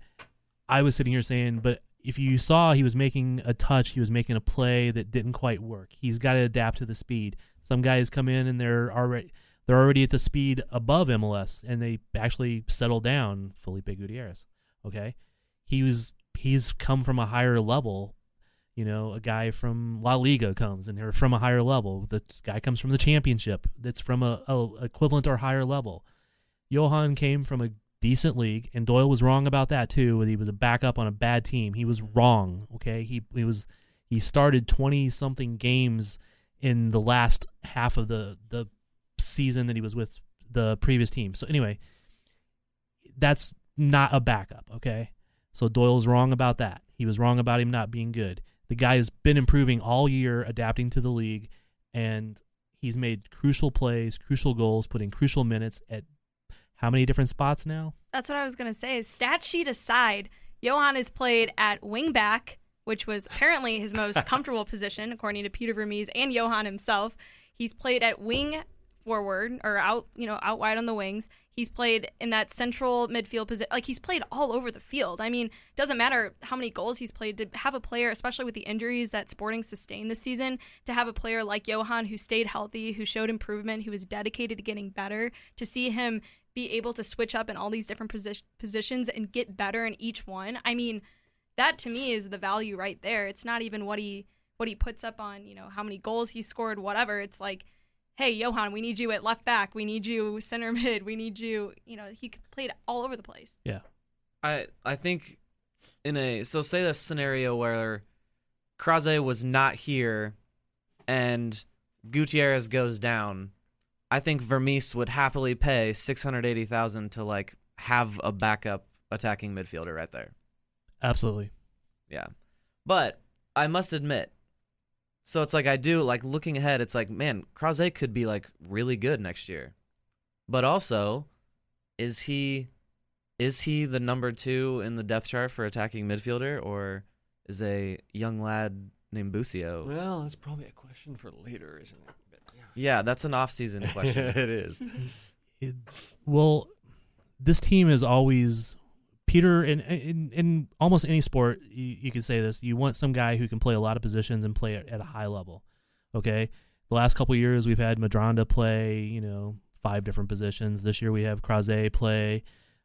Speaker 3: I was sitting here saying, but if you saw he was making a touch, he was making a play that didn't quite work. He's got to adapt to the speed. Some guys come in and they're already they're already at the speed above MLS and they actually settle down Felipe Gutierrez. Okay? He was he's come from a higher level. You know, a guy from La Liga comes and they're from a higher level. The guy comes from the championship that's from a, a equivalent or higher level. Johan came from a decent league, and Doyle was wrong about that too. Whether he was a backup on a bad team, he was wrong. Okay, he he was he started twenty something games in the last half of the the season that he was with the previous team. So anyway, that's not a backup. Okay, so Doyle's wrong about that. He was wrong about him not being good. The guy has been improving all year, adapting to the league, and he's made crucial plays, crucial goals, put in crucial minutes at how many different spots now?
Speaker 5: That's what I was gonna say. Is stat sheet aside, Johan has played at wing back, which was apparently his most comfortable position, according to Peter Vermees and Johan himself. He's played at wing forward or out, you know, out wide on the wings. He's played in that central midfield position. Like he's played all over the field. I mean, doesn't matter how many goals he's played to have a player, especially with the injuries that Sporting sustained this season, to have a player like Johan who stayed healthy, who showed improvement, who was dedicated to getting better, to see him be able to switch up in all these different posi- positions and get better in each one. I mean, that to me is the value right there. It's not even what he what he puts up on, you know, how many goals he scored, whatever. It's like, hey, Johan, we need you at left back. We need you center mid. We need you. You know, he played all over the place.
Speaker 3: Yeah.
Speaker 2: I I think in a so say the scenario where Krause was not here and Gutierrez goes down, I think Vermees would happily pay six hundred eighty thousand to like have a backup attacking midfielder right there.
Speaker 3: Absolutely.
Speaker 2: Yeah. But I must admit, So it's like I do like looking ahead. It's like man, Krause could be like really good next year, but also, is he, is he the number two in the depth chart for attacking midfielder, or is a young lad named Busio?
Speaker 6: Well, that's probably a question for later, isn't it? But, yeah.
Speaker 2: Yeah, that's an off-season question.
Speaker 6: it is.
Speaker 3: it, well, this team is always Peter. In in, in almost any sport, you, you could say this: you want some guy who can play a lot of positions and play at, at a high level. Okay, the last couple of years we've had Madronda play, you know, five different positions. This year we have Crozet play.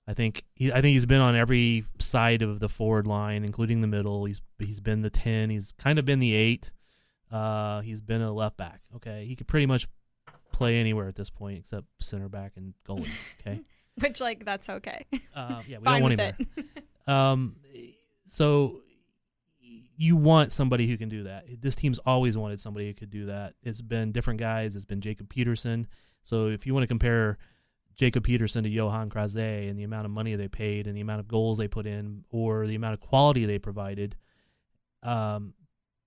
Speaker 3: I think he, I think he's been on every side of the forward line, including the middle. He's he's been the ten. He's kind of been the eight. Uh, he's been a left back. Okay, he could pretty much play anywhere at this point except center back and goalie. Okay.
Speaker 5: Which like that's okay.
Speaker 3: Uh, yeah, we
Speaker 5: Fine
Speaker 3: don't want
Speaker 5: with
Speaker 3: him
Speaker 5: it.
Speaker 3: there. Um, so you want somebody who can do that. This team's always wanted somebody who could do that. It's been different guys. It's been Jacob Peterson. So if you want to compare Jacob Peterson to Johan Krause and the amount of money they paid and the amount of goals they put in or the amount of quality they provided, um,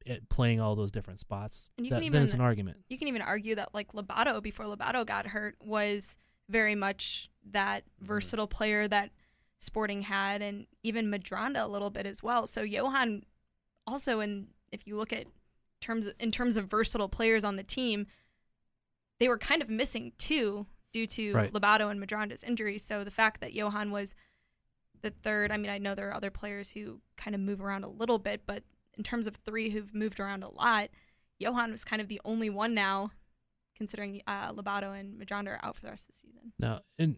Speaker 3: at playing all those different spots,
Speaker 5: And you
Speaker 3: that,
Speaker 5: can
Speaker 3: then
Speaker 5: even-
Speaker 3: it's an argument.
Speaker 5: you can even argue that like Lobato before Lobato got hurt was very much that versatile player that Sporting had, and even Madronda a little bit as well. So Johan also, in if you look at terms in terms of versatile players on the team, they were kind of missing too due to
Speaker 3: Right.
Speaker 5: Lobato and Madronda's injuries. So the fact that Johan was the third, I mean, I know there are other players who kind of move around a little bit, but in terms of three who've moved around a lot, Johan was kind of the only one now, considering uh, Lobato and Madronda are out for the rest of the season.
Speaker 3: Now, and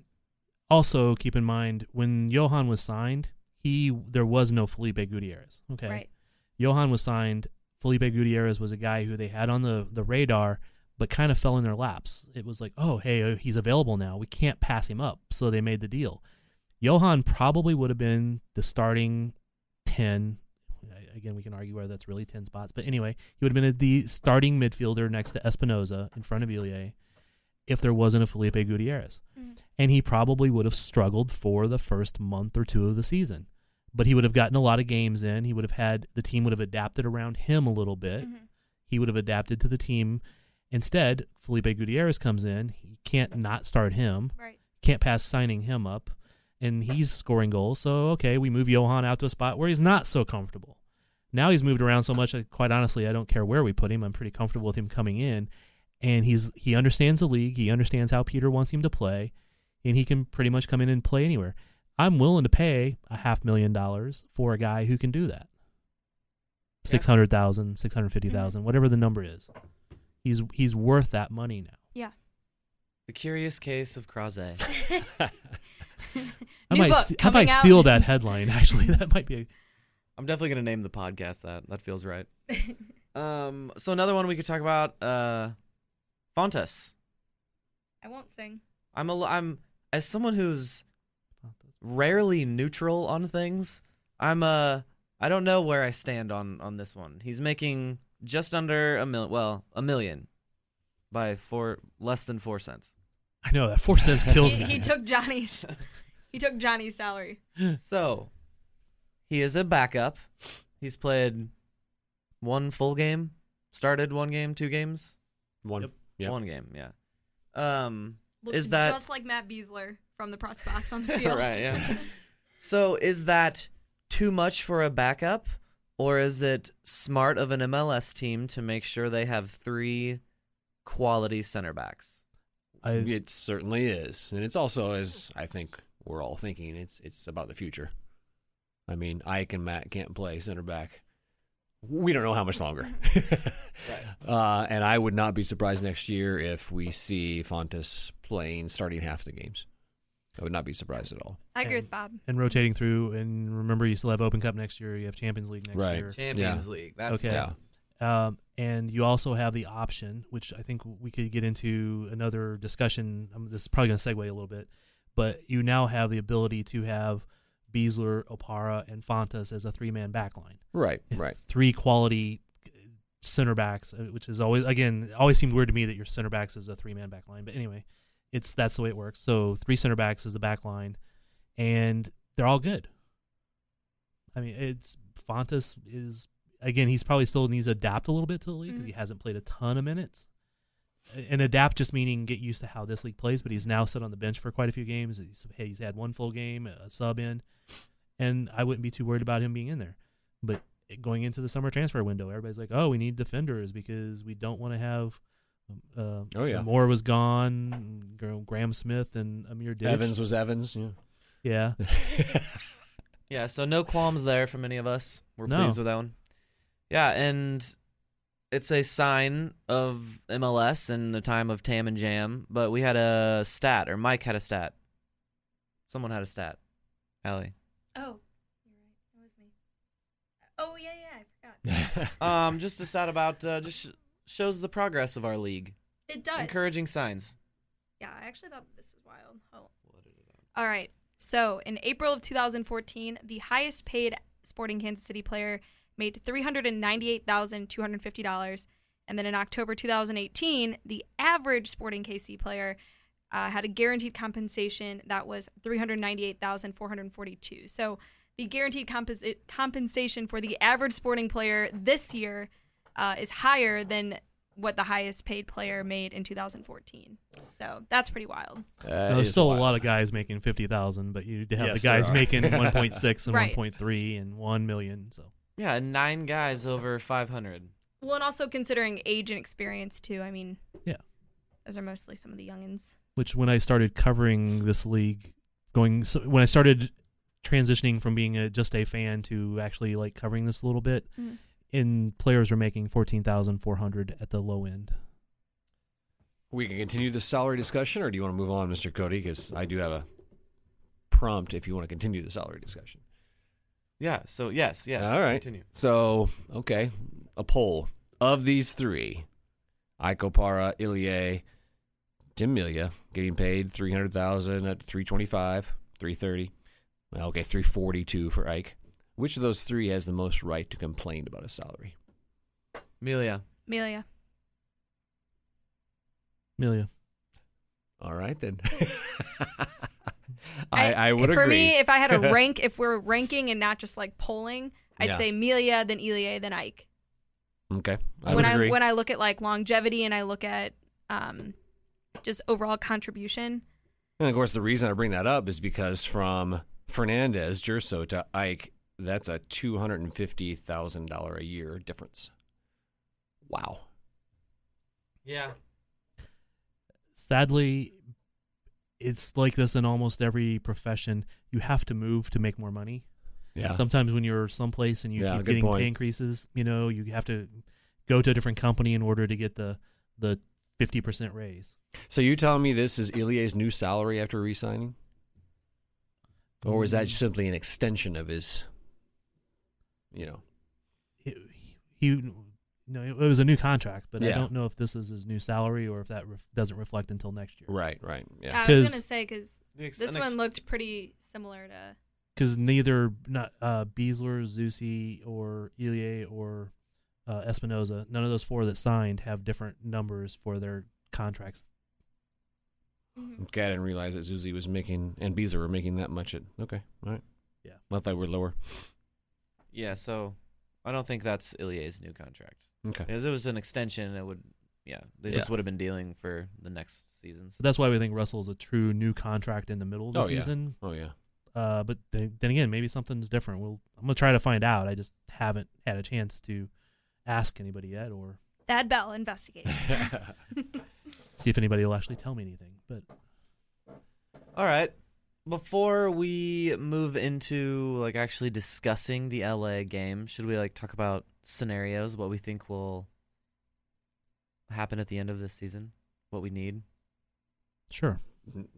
Speaker 3: also keep in mind when Johan was signed, he there was no Felipe Gutierrez. Okay,
Speaker 5: Right.
Speaker 3: Johan was signed. Felipe Gutierrez was a guy who they had on the the radar, but kind of fell in their laps. It was like, oh hey, uh, he's available now. We can't pass him up, so they made the deal. Johan probably would have been the starting ten. I- Again, we can argue whether that's really ten spots, but anyway, he would have been the starting midfielder next to Espinoza in front of Ilya if there wasn't a Felipe Gutierrez and he probably would have struggled for the first month or two of the season. But he would have gotten a lot of games in. He would have had the team would have adapted around him a little bit. He would have adapted to the team. Instead, Felipe Gutierrez comes in. You can't not start him.
Speaker 5: Right.
Speaker 3: Can't pass signing him up. And he's scoring goals. So, okay, we move Johan out to a spot where he's not so comfortable. Now he's moved around so much, I, quite honestly, I don't care where we put him. I'm pretty comfortable with him coming in. And he's he understands the league. He understands how Peter wants him to play and he can pretty much come in and play anywhere. I'm willing to pay a half million dollars for a guy who can do that.
Speaker 2: Yeah.
Speaker 3: Six hundred thousand, six hundred fifty thousand, whatever the number is. He's he's worth that money now.
Speaker 5: Yeah.
Speaker 2: the curious case of Krause.
Speaker 3: I
Speaker 5: New book
Speaker 3: might I might
Speaker 5: coming out.
Speaker 3: steal that headline actually. That might be a,
Speaker 2: I'm definitely gonna name the podcast that. That feels right. Um, so another one we could talk about, uh, Fontes.
Speaker 5: I won't sing.
Speaker 2: I'm a, I'm as someone who's rarely neutral on things. I'm a, I don't know where I stand on on this one. He's making just under a million, well, a million, by four less than four cents.
Speaker 3: I know that four cents kills
Speaker 5: He,
Speaker 3: me.
Speaker 5: he took Johnny's. He took Johnny's salary.
Speaker 2: So, he is a backup. He's played one full game, started one game, two games,
Speaker 6: One.
Speaker 3: Yep.
Speaker 6: yeah.
Speaker 2: one game. Yeah. Um.
Speaker 5: Looked
Speaker 2: Is that-
Speaker 5: just like Matt Beasler from the press box on the field?
Speaker 2: Right, yeah. So is that too much for a backup, or is it smart of an MLS team to make sure they have three quality center backs?
Speaker 3: I,
Speaker 6: It certainly is, and it's also as I think we're all thinking. It's it's about the future. I mean, Ike and Matt can't play center back. We don't know how much longer. uh, and I would not be surprised next year if we see Fontes playing starting half the games. I would not be surprised at all.
Speaker 5: I agree
Speaker 3: And-
Speaker 5: with Bob.
Speaker 3: and rotating through and remember you still have Open Cup next year, you have Champions League next
Speaker 6: Right.
Speaker 3: year.
Speaker 6: Champions
Speaker 2: League.
Speaker 3: That's Okay.
Speaker 6: Yeah.
Speaker 3: Um, and you also have the option, which I think we could get into another discussion. Um, this is probably going to segue a little bit, but you now have the ability to have Beasler, Opara, and Fontas as a three man back line.
Speaker 6: Right.
Speaker 3: It's
Speaker 6: Right.
Speaker 3: Three quality center backs, uh, which is always, again, it always seemed weird to me that your center backs is a three man back line. But anyway, it's that's the way it works. So three center backs is the back line, and they're all good. I mean, it's Fontas is again, he's probably still needs to adapt a little bit to the league because
Speaker 5: Mhm.
Speaker 3: he hasn't played a ton of minutes. A- And adapt just meaning get used to how this league plays, but he's now sat on the bench for quite a few games. He's, he's had one full game, a sub in, and I wouldn't be too worried about him being in there. But it- going into the summer transfer window, everybody's like, "Oh, we need defenders because we don't want to have." Uh,
Speaker 6: Oh, yeah.
Speaker 3: Moore was gone. Gra- Graham Smith and Amir Dish.
Speaker 6: Evans was Evans. Yeah.
Speaker 3: yeah.
Speaker 2: Yeah, so no qualms there from any of us. We're
Speaker 3: No.
Speaker 2: pleased with that one. Yeah, and it's a sign of MLS and the time of Tam and Jam, but we had a stat, or Mike had a stat. Someone had a stat. Allie.
Speaker 5: Oh, you're right. It was me. Oh yeah, yeah. I forgot.
Speaker 2: Um, just a stat about uh, just sh- shows the progress of our league.
Speaker 5: It does.
Speaker 2: Encouraging signs.
Speaker 5: Yeah, I actually thought this was wild. Hold All right. So in April of 2014, the highest paid sporting Kansas City player made $398,250. And then in October 2018, the average sporting KC player uh, had a guaranteed compensation that was 398442 So the guaranteed compensa- compensation for the average sporting player this year uh, is higher than what the highest paid player made in 2014. So that's pretty wild.
Speaker 3: No, there's still a lot of guys making fifty thousand, but you have
Speaker 6: Yes,
Speaker 3: the
Speaker 6: there
Speaker 3: guys
Speaker 6: are.
Speaker 3: making one point six and
Speaker 5: Right.
Speaker 3: one point three and one million. So
Speaker 2: Yeah, and nine guys over 500.
Speaker 5: Well, and also considering age and experience too. I mean,
Speaker 3: Yeah.
Speaker 5: those are mostly some of the youngins.
Speaker 3: which when I started covering this league, going so when I started transitioning from being a, just a fan to actually like covering this a little bit,
Speaker 5: Mhm.
Speaker 3: and players were making fourteen thousand four hundred at the low end.
Speaker 6: We can continue the salary discussion, or do you want to move on, Mr. Cody? Because I do have a prompt if you want to continue the salary discussion.
Speaker 2: Yeah, so yes, yes.
Speaker 6: All right.
Speaker 2: Continue.
Speaker 6: So, okay, a poll of these three: Icopara, Ilie, Tim Milia, getting paid three hundred thousand at three twenty-five, three thirty. Well, okay, three forty-two for Ike. Which of those three has the most right to complain about a salary?
Speaker 2: Melia.
Speaker 5: Amelia.
Speaker 3: Amelia,
Speaker 6: All right then.
Speaker 5: I-
Speaker 6: I, I would
Speaker 5: for
Speaker 6: agree.
Speaker 5: me, if I had a rank, if we're ranking and not just like polling, I'd
Speaker 6: Yeah.
Speaker 5: say Amelia, then Elia, then Ike.
Speaker 6: okay, I
Speaker 5: when
Speaker 6: would agree.
Speaker 5: I when I look at like longevity and I look at um, just overall contribution.
Speaker 6: And of course, the reason I bring that up is because from Fernandez Gerso to Ike, that's a two hundred and fifty thousand dollar a year difference. Wow.
Speaker 2: Yeah.
Speaker 3: sadly, it's like this in almost every profession. You have to move to make more money.
Speaker 6: Yeah.
Speaker 3: Sometimes when you're someplace and you
Speaker 6: Yeah,
Speaker 3: keep
Speaker 6: good
Speaker 3: getting
Speaker 6: point.
Speaker 3: pay increases, you know, you have to go to a different company in order to get the the fifty percent raise.
Speaker 6: so you telling me this is Ilya's new salary after re-signing, or was that
Speaker 3: Mm.
Speaker 6: simply an extension of his? You know.
Speaker 3: He, he no, it was a new contract, but I
Speaker 6: Yeah.
Speaker 3: don't know if this is his new salary or if that ref, doesn't reflect until next year.
Speaker 6: Right. Right. Yeah.
Speaker 5: I was
Speaker 3: 'Cause-
Speaker 5: gonna say because
Speaker 2: The ex-
Speaker 5: this
Speaker 2: an
Speaker 5: one
Speaker 2: ex-
Speaker 5: looked pretty similar to.
Speaker 3: Because neither not uh, Beasler, Zusi, or Ilie or uh, Espinoza, none of those four that signed have different numbers for their contracts.
Speaker 6: Um, Okay, I didn't realize that Zuzi was making and Beezer were making that much. At okay, all right.
Speaker 3: Yeah.
Speaker 6: Not that we're lower.
Speaker 2: Yeah, so I don't think that's Ilya's new contract.
Speaker 6: Okay.
Speaker 2: Because it was an extension, it would, yeah, they just
Speaker 6: Yeah.
Speaker 2: would have been dealing for the next seasons.
Speaker 3: So that's why we think Russell is a true new contract in the middle of the
Speaker 6: Oh, yeah.
Speaker 3: season.
Speaker 6: Oh yeah.
Speaker 3: Uh, but then, then again, maybe something's different. We'll I'm gonna try to find out. I just haven't had a chance to ask anybody yet, or
Speaker 5: Thad Bell investigates.
Speaker 3: see if anybody will actually tell me anything. But
Speaker 2: All right. Before we move into like actually discussing the LA game, should we like talk about scenarios, what we think will happen at the end of this season, what we need?
Speaker 3: sure,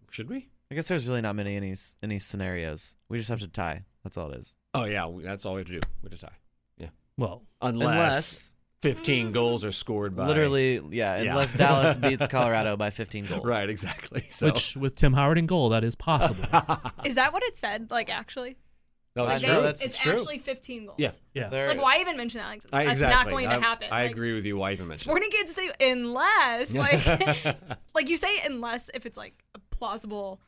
Speaker 6: Should we?
Speaker 2: I guess there's really not many any s- any scenarios. We just have to tie. That's all it is.
Speaker 6: Oh yeah, we- that's all we have to do. We have to tie.
Speaker 3: well,
Speaker 6: Unless, 15 goals are scored by
Speaker 2: literally, yeah,
Speaker 6: Yeah.
Speaker 2: unless Dallas beats Colorado by 15 goals.
Speaker 6: Right, exactly. So
Speaker 3: which with Tim Howard in goal, that is possible.
Speaker 5: Is that what it said? Like actually,
Speaker 6: No,
Speaker 2: I
Speaker 6: it's
Speaker 5: Like,
Speaker 2: know,
Speaker 6: true.
Speaker 2: that's
Speaker 5: it's
Speaker 6: true.
Speaker 5: actually 15 goals.
Speaker 6: Yeah.
Speaker 3: yeah,
Speaker 2: There-
Speaker 5: Like, why even mention that? Like,
Speaker 6: I,
Speaker 5: that's
Speaker 6: exactly.
Speaker 5: not going
Speaker 6: I,
Speaker 5: to happen.
Speaker 6: I
Speaker 5: Like,
Speaker 6: agree with you. Why even mention
Speaker 5: Sporting kids do unless,
Speaker 6: it?
Speaker 5: like, like you say unless if it's like a plausible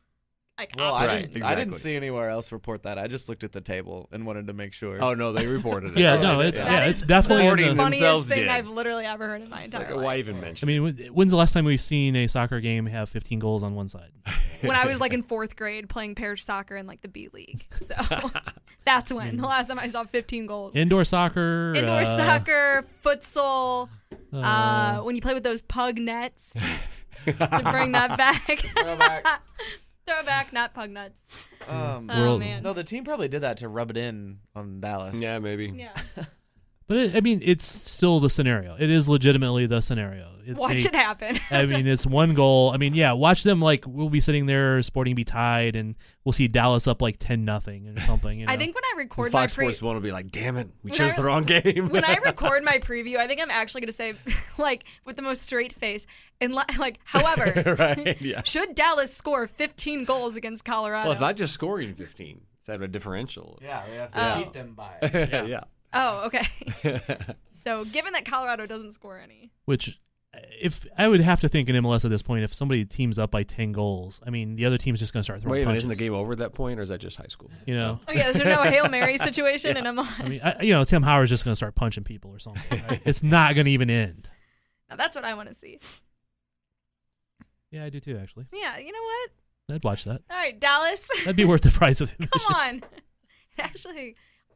Speaker 5: like
Speaker 2: Well, I,
Speaker 6: Right,
Speaker 5: options.
Speaker 2: didn't, I didn't
Speaker 6: exactly.
Speaker 2: see anywhere else report that. I just looked at the table and wanted to make sure.
Speaker 6: Oh no, they reported it.
Speaker 3: Yeah,
Speaker 6: They
Speaker 3: no,
Speaker 6: did.
Speaker 3: it's
Speaker 5: That
Speaker 3: yeah,
Speaker 5: is
Speaker 3: it's definitely in
Speaker 6: supporting
Speaker 3: the-
Speaker 6: them.
Speaker 5: Funniest
Speaker 6: themselves
Speaker 5: thing
Speaker 6: did.
Speaker 5: I've literally ever heard in my entire
Speaker 6: Like,
Speaker 5: life.
Speaker 6: why even
Speaker 3: I
Speaker 6: mention?
Speaker 3: mean, when- when's the last time we've seen a soccer game have 15 goals on one side?
Speaker 5: when I was like in fourth grade playing parish soccer in like the B league. So that's when the last time I saw 15 goals.
Speaker 3: Mm. Indoor soccer.
Speaker 5: Indoor
Speaker 3: uh,
Speaker 5: soccer, futsal,
Speaker 3: uh,
Speaker 5: uh, when you play with those pug nets, to bring that back. Throwback. Throwback, not pug nuts.
Speaker 2: Um,
Speaker 5: Oh,
Speaker 3: World-
Speaker 5: man.
Speaker 2: no, the team probably did that to rub it in on Dallas.
Speaker 6: Yeah, maybe.
Speaker 5: Yeah.
Speaker 3: but it, I mean, it's still the scenario. It is legitimately the scenario. It,
Speaker 5: Watch
Speaker 3: they-
Speaker 5: it happen.
Speaker 3: I mean, it's one goal. I mean, yeah, watch them like we'll be sitting there, Sporting be tied, and we'll see Dallas up like ten nothing or something. You know?
Speaker 5: I think when I record
Speaker 6: Fox
Speaker 5: my pre-
Speaker 6: Sports One will be like, "Damn it, we
Speaker 5: When
Speaker 6: chose
Speaker 5: I-
Speaker 6: the wrong game."
Speaker 5: when I record my preview, I think I'm actually going to say, like, with the most straight face, and li- like, however,
Speaker 6: right? Yeah.
Speaker 5: should Dallas score 15 goals against Colorado?
Speaker 6: Well, it's not just scoring 15. It's out of a differential.
Speaker 2: Yeah, we have
Speaker 5: to Oh. beat
Speaker 2: them by it.
Speaker 6: Yeah.
Speaker 5: Oh, okay. so, given that Colorado doesn't score any,
Speaker 3: Which, if I would have to think in MLS at this point, if somebody teams up by ten goals, I mean, the other team's just going to start throwing
Speaker 6: Wait a minute,
Speaker 3: punches.
Speaker 6: isn't the game over at that point, or is that just high school?
Speaker 3: You know,
Speaker 5: oh yeah, there's no hail mary situation, and I'm like,
Speaker 3: I mean, I, you know, Tim Howard's just going to start punching people or something. right? it's not going to even end.
Speaker 5: now that's what I want to see.
Speaker 3: Yeah, I do too. Actually,
Speaker 5: Yeah, you know what?
Speaker 3: I'd watch that.
Speaker 5: All right, Dallas,
Speaker 3: That'd be worth the price of admission.
Speaker 5: come on. Actually,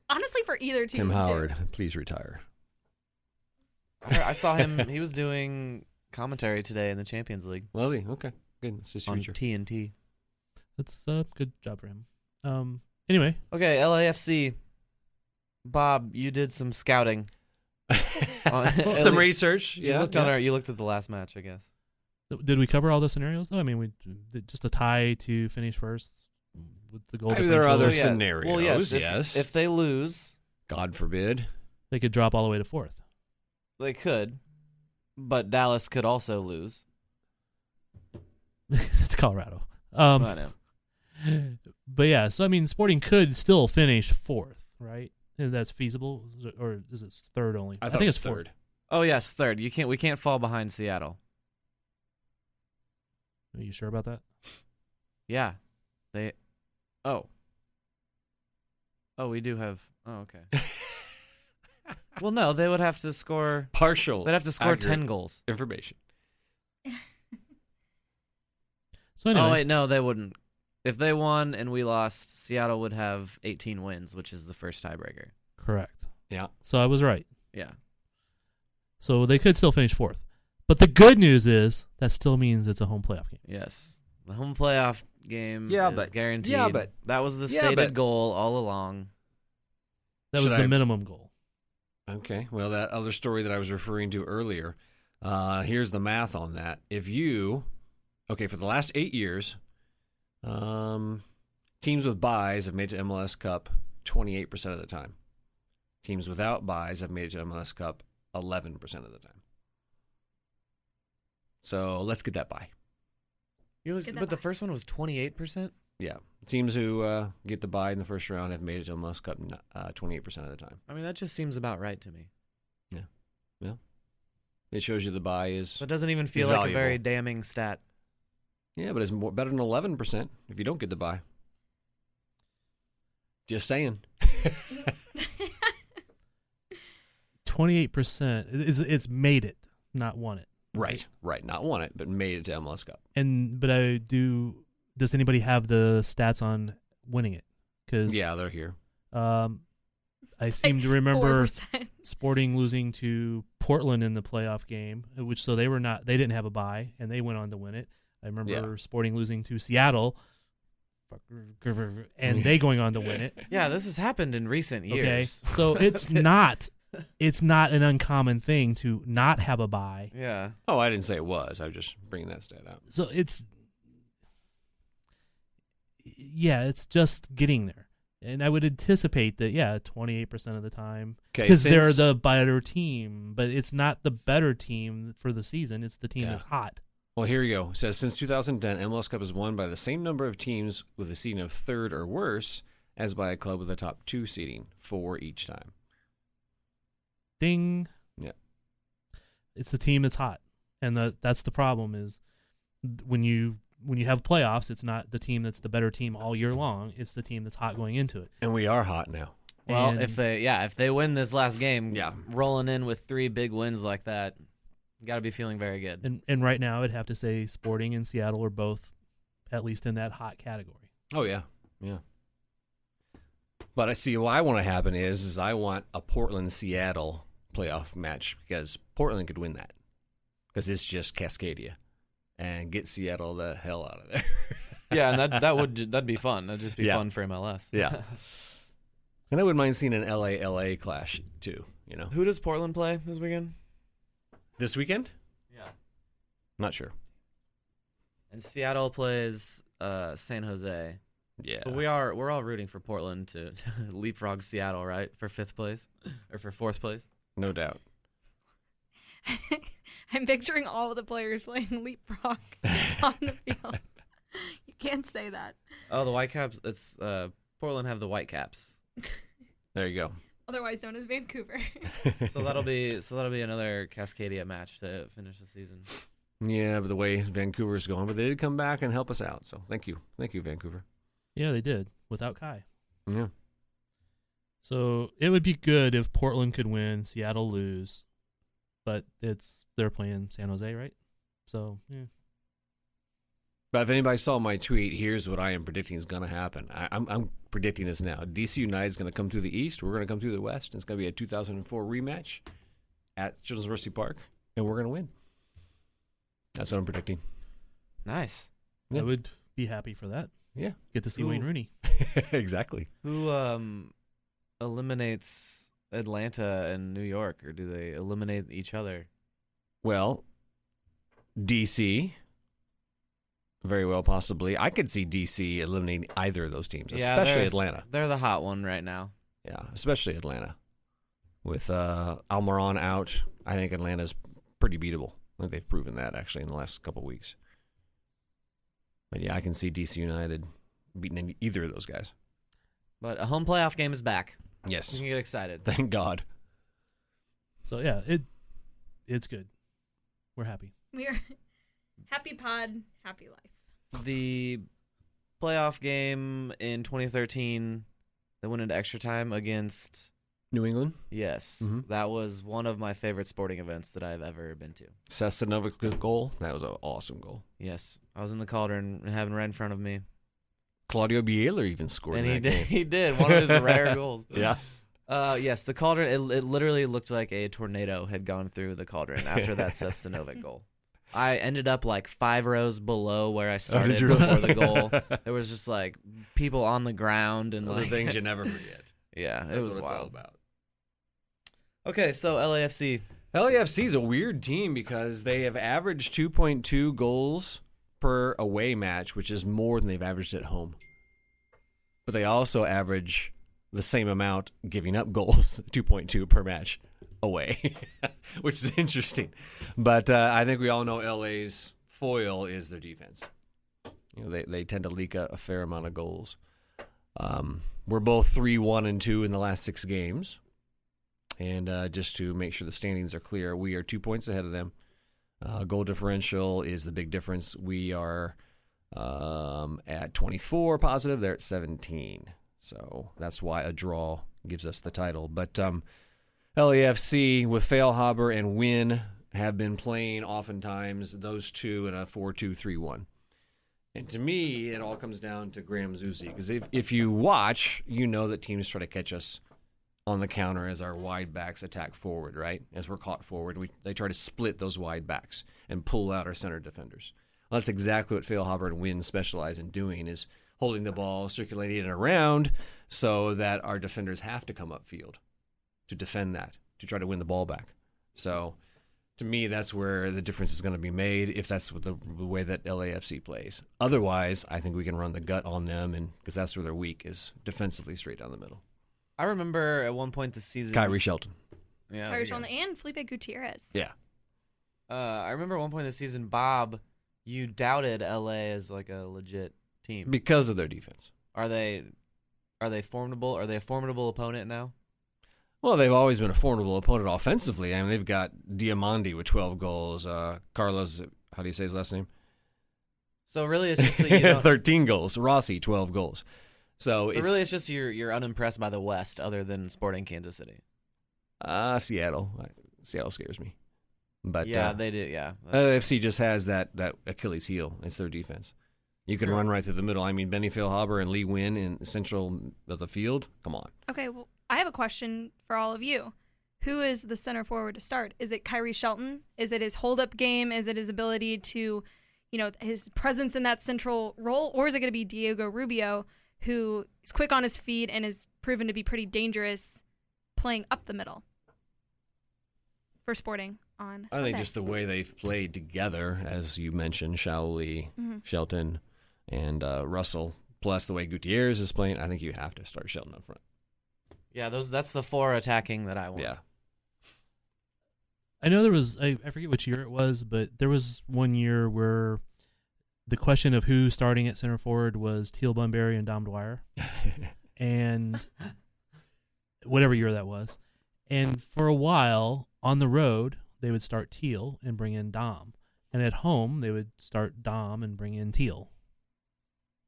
Speaker 5: honestly, for either team,
Speaker 6: Tim
Speaker 5: too.
Speaker 6: Howard, please retire.
Speaker 2: I saw him. He was doing commentary today in the Champions League
Speaker 6: Was he? Okay. Good. It's just
Speaker 2: on
Speaker 6: future.
Speaker 2: TNT.
Speaker 3: That's a uh, good job for him. Um. Anyway,
Speaker 2: Okay, LAFC. Bob, you did some scouting. At
Speaker 6: Some
Speaker 2: lea-
Speaker 6: research. Yeah.
Speaker 2: you E looked
Speaker 6: yeah.
Speaker 2: on our. You looked at the last match, I guess.
Speaker 3: Th- Did we cover all the scenarios though? I mean, we did just a tie to finish first with the goal.
Speaker 6: I mean, there are
Speaker 3: differential.
Speaker 6: other
Speaker 2: So, yeah.
Speaker 6: scenarios.
Speaker 2: Well, yes. If,
Speaker 6: yes.
Speaker 2: if they lose,
Speaker 6: God forbid.
Speaker 3: They could drop all the way to fourth.
Speaker 2: they could, but Dallas could also lose.
Speaker 3: it's Colorado. Um,
Speaker 2: I know.
Speaker 3: but yeah, so I mean, Sporting could still finish fourth, right? And that's feasible, Is it- or is it third only?
Speaker 6: I, thought
Speaker 3: think
Speaker 6: it
Speaker 3: it's
Speaker 6: was
Speaker 3: fourth.
Speaker 6: third.
Speaker 2: Oh yes, third. You can't. We can't fall behind Seattle.
Speaker 3: Are you sure about that?
Speaker 2: Yeah. They Oh. Oh, we do have Oh, okay. well, no, they would have to score
Speaker 6: Partial.
Speaker 2: they'd have to score 10
Speaker 6: accurate
Speaker 2: goals.
Speaker 6: Information.
Speaker 3: So anyway,
Speaker 2: Oh, wait, no, they wouldn't. If they won and we lost, Seattle would have 18 wins, which is the first tiebreaker.
Speaker 3: correct.
Speaker 6: Yeah.
Speaker 3: So I was right.
Speaker 2: Yeah.
Speaker 3: So they could still finish fourth. But the good news is that still means it's a home playoff game.
Speaker 2: Yes. The home playoff game
Speaker 6: Yeah,
Speaker 2: is
Speaker 6: but-
Speaker 2: guaranteed.
Speaker 6: yeah, but-
Speaker 2: that was the
Speaker 6: yeah,
Speaker 2: stated
Speaker 6: but-
Speaker 2: goal all along.
Speaker 3: That was
Speaker 6: Should
Speaker 3: the
Speaker 6: I-
Speaker 3: minimum goal.
Speaker 6: Okay. Well, that other story that I was referring to earlier, uh, here's the math on that. If you, okay, for the last eight years, um, teams with buys have made it to MLS Cup 28% of the time. Teams without buys have made it to MLS Cup 11% of the time. So let's get that buy.
Speaker 5: get that
Speaker 2: but the
Speaker 5: back.
Speaker 2: first one was 28%?
Speaker 6: Yeah. Teams who uh, get the buy in the first round have made it to MLS Cup uh, 28% of the time.
Speaker 2: I mean, that just seems about right to me.
Speaker 6: It shows you the buy is
Speaker 2: So it doesn't even feel
Speaker 6: It's
Speaker 2: like a
Speaker 6: valuable.
Speaker 2: very damning stat.
Speaker 6: Yeah, but it's more, better than eleven percent if you don't get the buy. Just saying.
Speaker 3: Twenty-eight percent. It's, it's made it, not won it.
Speaker 6: Right, right. Not won it, but made it to MLS Cup.
Speaker 3: And but I do. Does anybody have the stats on winning it? Because
Speaker 6: Yeah, they're here.
Speaker 3: um, I
Speaker 5: It's
Speaker 3: seem
Speaker 5: like
Speaker 3: to remember
Speaker 5: 4%.
Speaker 3: Sporting losing to Portland in the playoff game, uh, which so they were not they didn't have a bye and they went on to win it. I remember
Speaker 6: Yeah.
Speaker 3: Sporting losing to Seattle, and they going on to win it.
Speaker 2: Yeah, this has happened in recent
Speaker 3: Okay,
Speaker 2: years.
Speaker 3: so it's not it's not an uncommon thing to not have a bye.
Speaker 2: Yeah.
Speaker 6: Oh, I didn't say it was. I was just bringing that stat up.
Speaker 3: So it's yeah, it's just getting there. And I would anticipate that yeah, 28% of the time
Speaker 6: Okay,
Speaker 3: because they're
Speaker 6: since-
Speaker 3: the better team, but it's not the better team for the season. It's the team
Speaker 6: Yeah.
Speaker 3: that's hot.
Speaker 6: Well, here you go. It says since 2010, MLS Cup is won by the same number of teams with a seeding of third or worse as by a club with a top two seeding, four each time.
Speaker 3: Ding.
Speaker 6: Yeah.
Speaker 3: It's the team that's hot, and the, that's the problem is when you when you have playoffs, it's not the team that's the better team all year long. It's the team that's hot going into it.
Speaker 6: And we are hot now.
Speaker 2: Well,
Speaker 3: And-
Speaker 2: if they yeah, if they win this last game,
Speaker 6: Yeah.
Speaker 2: rolling in with three big wins like that, got to be feeling very good.
Speaker 3: and and right now, I'd have to say Sporting and Seattle are both at least in that hot category.
Speaker 6: Oh yeah, yeah. But I see what I want to happen is is I want a Portland Seattle playoff match because Portland could win that because it's just Cascadia and get Seattle the hell out of there.
Speaker 2: yeah, and that that would ju- that'd be fun. That'd just be
Speaker 6: Yeah.
Speaker 2: fun for MLS.
Speaker 6: Yeah. and I wouldn't mind seeing an LA LA clash too. You know,
Speaker 2: Who does Portland play this weekend?
Speaker 6: this weekend.
Speaker 2: Yeah.
Speaker 6: Not sure.
Speaker 2: And Seattle plays uh, San Jose.
Speaker 6: Yeah.
Speaker 2: But we are we're all rooting for Portland to, to leapfrog Seattle, right? For fifth place or for fourth place.
Speaker 6: no doubt.
Speaker 5: I'm picturing all the players playing leapfrog on the field. You can't say that.
Speaker 2: Oh, the Whitecaps. It's uh, Portland have the Whitecaps.
Speaker 6: There you go.
Speaker 5: Otherwise known as Vancouver.
Speaker 2: So that'll be so that'll be another Cascadia match to finish the season.
Speaker 6: Yeah, but the way Vancouver's going, but they did come back and help us out. So thank you, thank you, Vancouver.
Speaker 3: Yeah, they did without Kai.
Speaker 6: Yeah.
Speaker 3: So it would be good if Portland could win, Seattle lose, but it's they're playing San Jose, right? So yeah.
Speaker 6: But if anybody saw my tweet, here's what I am predicting is going to happen. I, I'm, I'm predicting this now. DC United's going to come through the East. We're going to come through the West. And it's going to be a 2004 rematch at Children's Mercy Park, and we're going to win. That's what I'm predicting.
Speaker 2: Nice.
Speaker 6: Yeah.
Speaker 3: I would be happy for that.
Speaker 6: Yeah,
Speaker 3: Get to see
Speaker 2: Ooh.
Speaker 3: Wayne Rooney.
Speaker 6: exactly.
Speaker 2: Who um eliminates Atlanta and New York, or do they eliminate each other?
Speaker 6: Well, DC, very well, possibly. I could see DC eliminating either of those teams,
Speaker 2: Yeah,
Speaker 6: especially
Speaker 2: they're-
Speaker 6: Atlanta.
Speaker 2: They're the hot one right now.
Speaker 6: Yeah, especially Atlanta. With uh, Almiron out, I think Atlanta's pretty beatable. I think they've proven that actually in the last couple weeks. But yeah, I can see DC United beating any, either of those guys.
Speaker 2: But a home playoff game is back. You
Speaker 6: Yes,
Speaker 2: can get excited.
Speaker 6: thank God.
Speaker 3: So yeah, it it's good. We're happy.
Speaker 5: We're happy pod, happy life.
Speaker 2: The playoff game in 2013 that went into extra time against
Speaker 6: New England,
Speaker 2: yes,
Speaker 6: Mhm.
Speaker 2: that was one of my favorite sporting events that I've ever been to.
Speaker 6: Sestanovic goal. That was an awesome goal.
Speaker 2: Yes, I was in the cauldron and having right in front of me,
Speaker 6: Claudio Bielor even scored
Speaker 2: and
Speaker 6: in
Speaker 2: he
Speaker 6: that
Speaker 2: did.
Speaker 6: game.
Speaker 2: He did one of his rare goals.
Speaker 6: Yeah,
Speaker 2: Uh, yes, the cauldron. It, it literally looked like a tornado had gone through the cauldron after that Sestanovic goal. I ended up like five rows below where I started
Speaker 6: Oh, you
Speaker 2: before
Speaker 6: really?
Speaker 2: the goal. There was just like people on the ground and
Speaker 6: those are
Speaker 2: like
Speaker 6: things you never forget.
Speaker 2: yeah, it
Speaker 6: That's
Speaker 2: was
Speaker 6: what it's all
Speaker 2: wild.
Speaker 6: about.
Speaker 2: Okay, so LAFC.
Speaker 6: LAFC is a weird team because they have averaged 2.2 goals per away match, which is more than they've averaged at home. But they also average the same amount giving up goals, 2.2 per match away, which is interesting. But uh, I think we all know LA's foil is their defense. You know, they, they tend to leak a, a fair amount of goals. Um, we're both 3 1 and 2 in the last six games. And uh, just to make sure the standings are clear, we are two points ahead of them. Uh, goal differential is the big difference. We are um, at 24 positive. They're at 17. So that's why a draw gives us the title. But um, LAFC with Failhaber and Win have been playing oftentimes those two in a 4 2 3 1. And to me, it all comes down to Graham Zuzi. Because if, if you watch, you know that teams try to catch us on the counter as our wide backs attack forward, right? As we're caught forward, we, they try to split those wide backs and pull out our center defenders. Well, that's exactly what Phil Hopper and Wynn specialize in doing is holding the ball, circulating it around so that our defenders have to come upfield to defend that, to try to win the ball back. So to me, that's where the difference is going to be made if that's what the, the way that LAFC plays. Otherwise, I think we can run the gut on them and because that's where they're weak is defensively straight down the middle.
Speaker 2: I remember at one point this season.
Speaker 6: Kyrie Shelton.
Speaker 2: Yeah. there
Speaker 5: Kyrie
Speaker 2: you
Speaker 5: Shelton
Speaker 2: go.
Speaker 5: and Felipe Gutierrez.
Speaker 6: Yeah.
Speaker 2: Uh, I remember at one point this season, Bob, you doubted LA as like a legit team.
Speaker 6: because of their defense.
Speaker 2: Are they? Are they formidable? Are they a formidable opponent now?
Speaker 6: Well, they've always been a formidable opponent offensively. I mean, they've got Diamandi with 12 goals. Uh, Carlos, how do you say his last name?
Speaker 2: So really, it's just that you don't, so
Speaker 6: 13 goals. Rossi, 12 goals. So, it's,
Speaker 2: really it's just you're you're unimpressed by the West, other than Sporting Kansas City.
Speaker 6: uh, Seattle. I- Seattle scares me. But
Speaker 2: yeah,
Speaker 6: uh,
Speaker 2: they do. Yeah, that's-
Speaker 6: LAFC just has that that Achilles heel. It's their defense. You can
Speaker 2: True.
Speaker 6: run right through the middle. I mean, Benny Failhaber and Lee Win in the central of the field. Come on.
Speaker 5: Okay, well, I have a question for all of you. Who is the center forward to start? Is it Kyrie Shelton? Is it his hold-up game? Is it his ability to, you know, his presence in that central role, or is it going to be Diego Rubio, who is quick on his feet and is proven to be pretty dangerous playing up the middle for Sporting on?
Speaker 6: I think
Speaker 5: Sunday?
Speaker 6: just the way they've played together, as you mentioned, Shaoli,
Speaker 5: Mhm.
Speaker 6: Shelton, and uh, Russell, plus the way Gutierrez is playing, I think you have to start Shelton up front.
Speaker 2: yeah. Those that's the four attacking that I want.
Speaker 6: Yeah.
Speaker 3: I know there was I, I forget which year it was, but there was one year where the question of who starting at center forward was Teal Bunbury and Dom Dwyer. and whatever year that was. And for a while on the road, they would start Teal and bring in Dom. And at home, they would start Dom and bring in Teal.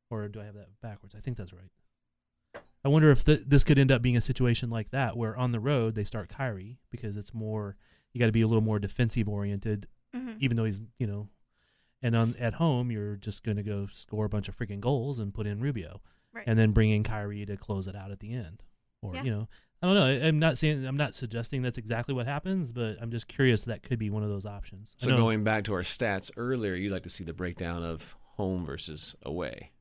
Speaker 3: Or do I have that backwards? I think that's right. I wonder if th- this could end up being a situation like that where on the road they start Kyrie because it's more you got to be a little more defensive oriented
Speaker 5: Mhm.
Speaker 3: even though he's you know and on at home you're just going to go score a bunch of freaking goals and put in Rubio
Speaker 5: Right.
Speaker 3: and then bring in Kyrie to close it out at the end or
Speaker 5: Yeah.
Speaker 3: you know I don't know I, I'm not saying I'm not suggesting that's exactly what happens but I'm just curious that could be one of those options I
Speaker 6: So
Speaker 3: know-
Speaker 6: going back to our stats earlier, you'd like to see the breakdown of home versus away